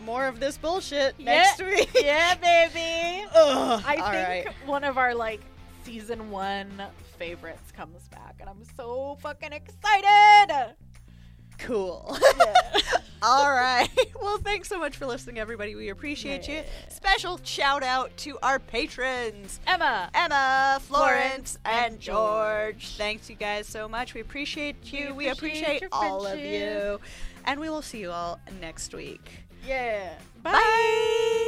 Speaker 1: more of this bullshit
Speaker 2: Yeah.
Speaker 1: next week.
Speaker 2: yeah, baby.
Speaker 1: Ugh.
Speaker 2: I
Speaker 1: All
Speaker 2: think
Speaker 1: right.
Speaker 2: one of our like season one favorites comes back, and I'm so fucking excited.
Speaker 1: Cool. All right. Well, thanks so much for listening, everybody. We appreciate you. Special shout out to our patrons
Speaker 3: Emma.
Speaker 1: Emma,
Speaker 3: Florence,
Speaker 1: Florence, and
Speaker 3: and
Speaker 1: George. Thanks, you guys, so much. We appreciate you. We
Speaker 3: appreciate
Speaker 1: appreciate,
Speaker 3: your
Speaker 1: all of
Speaker 3: friendship.
Speaker 1: you. And we will see you all next week.
Speaker 2: Yeah.
Speaker 1: Bye.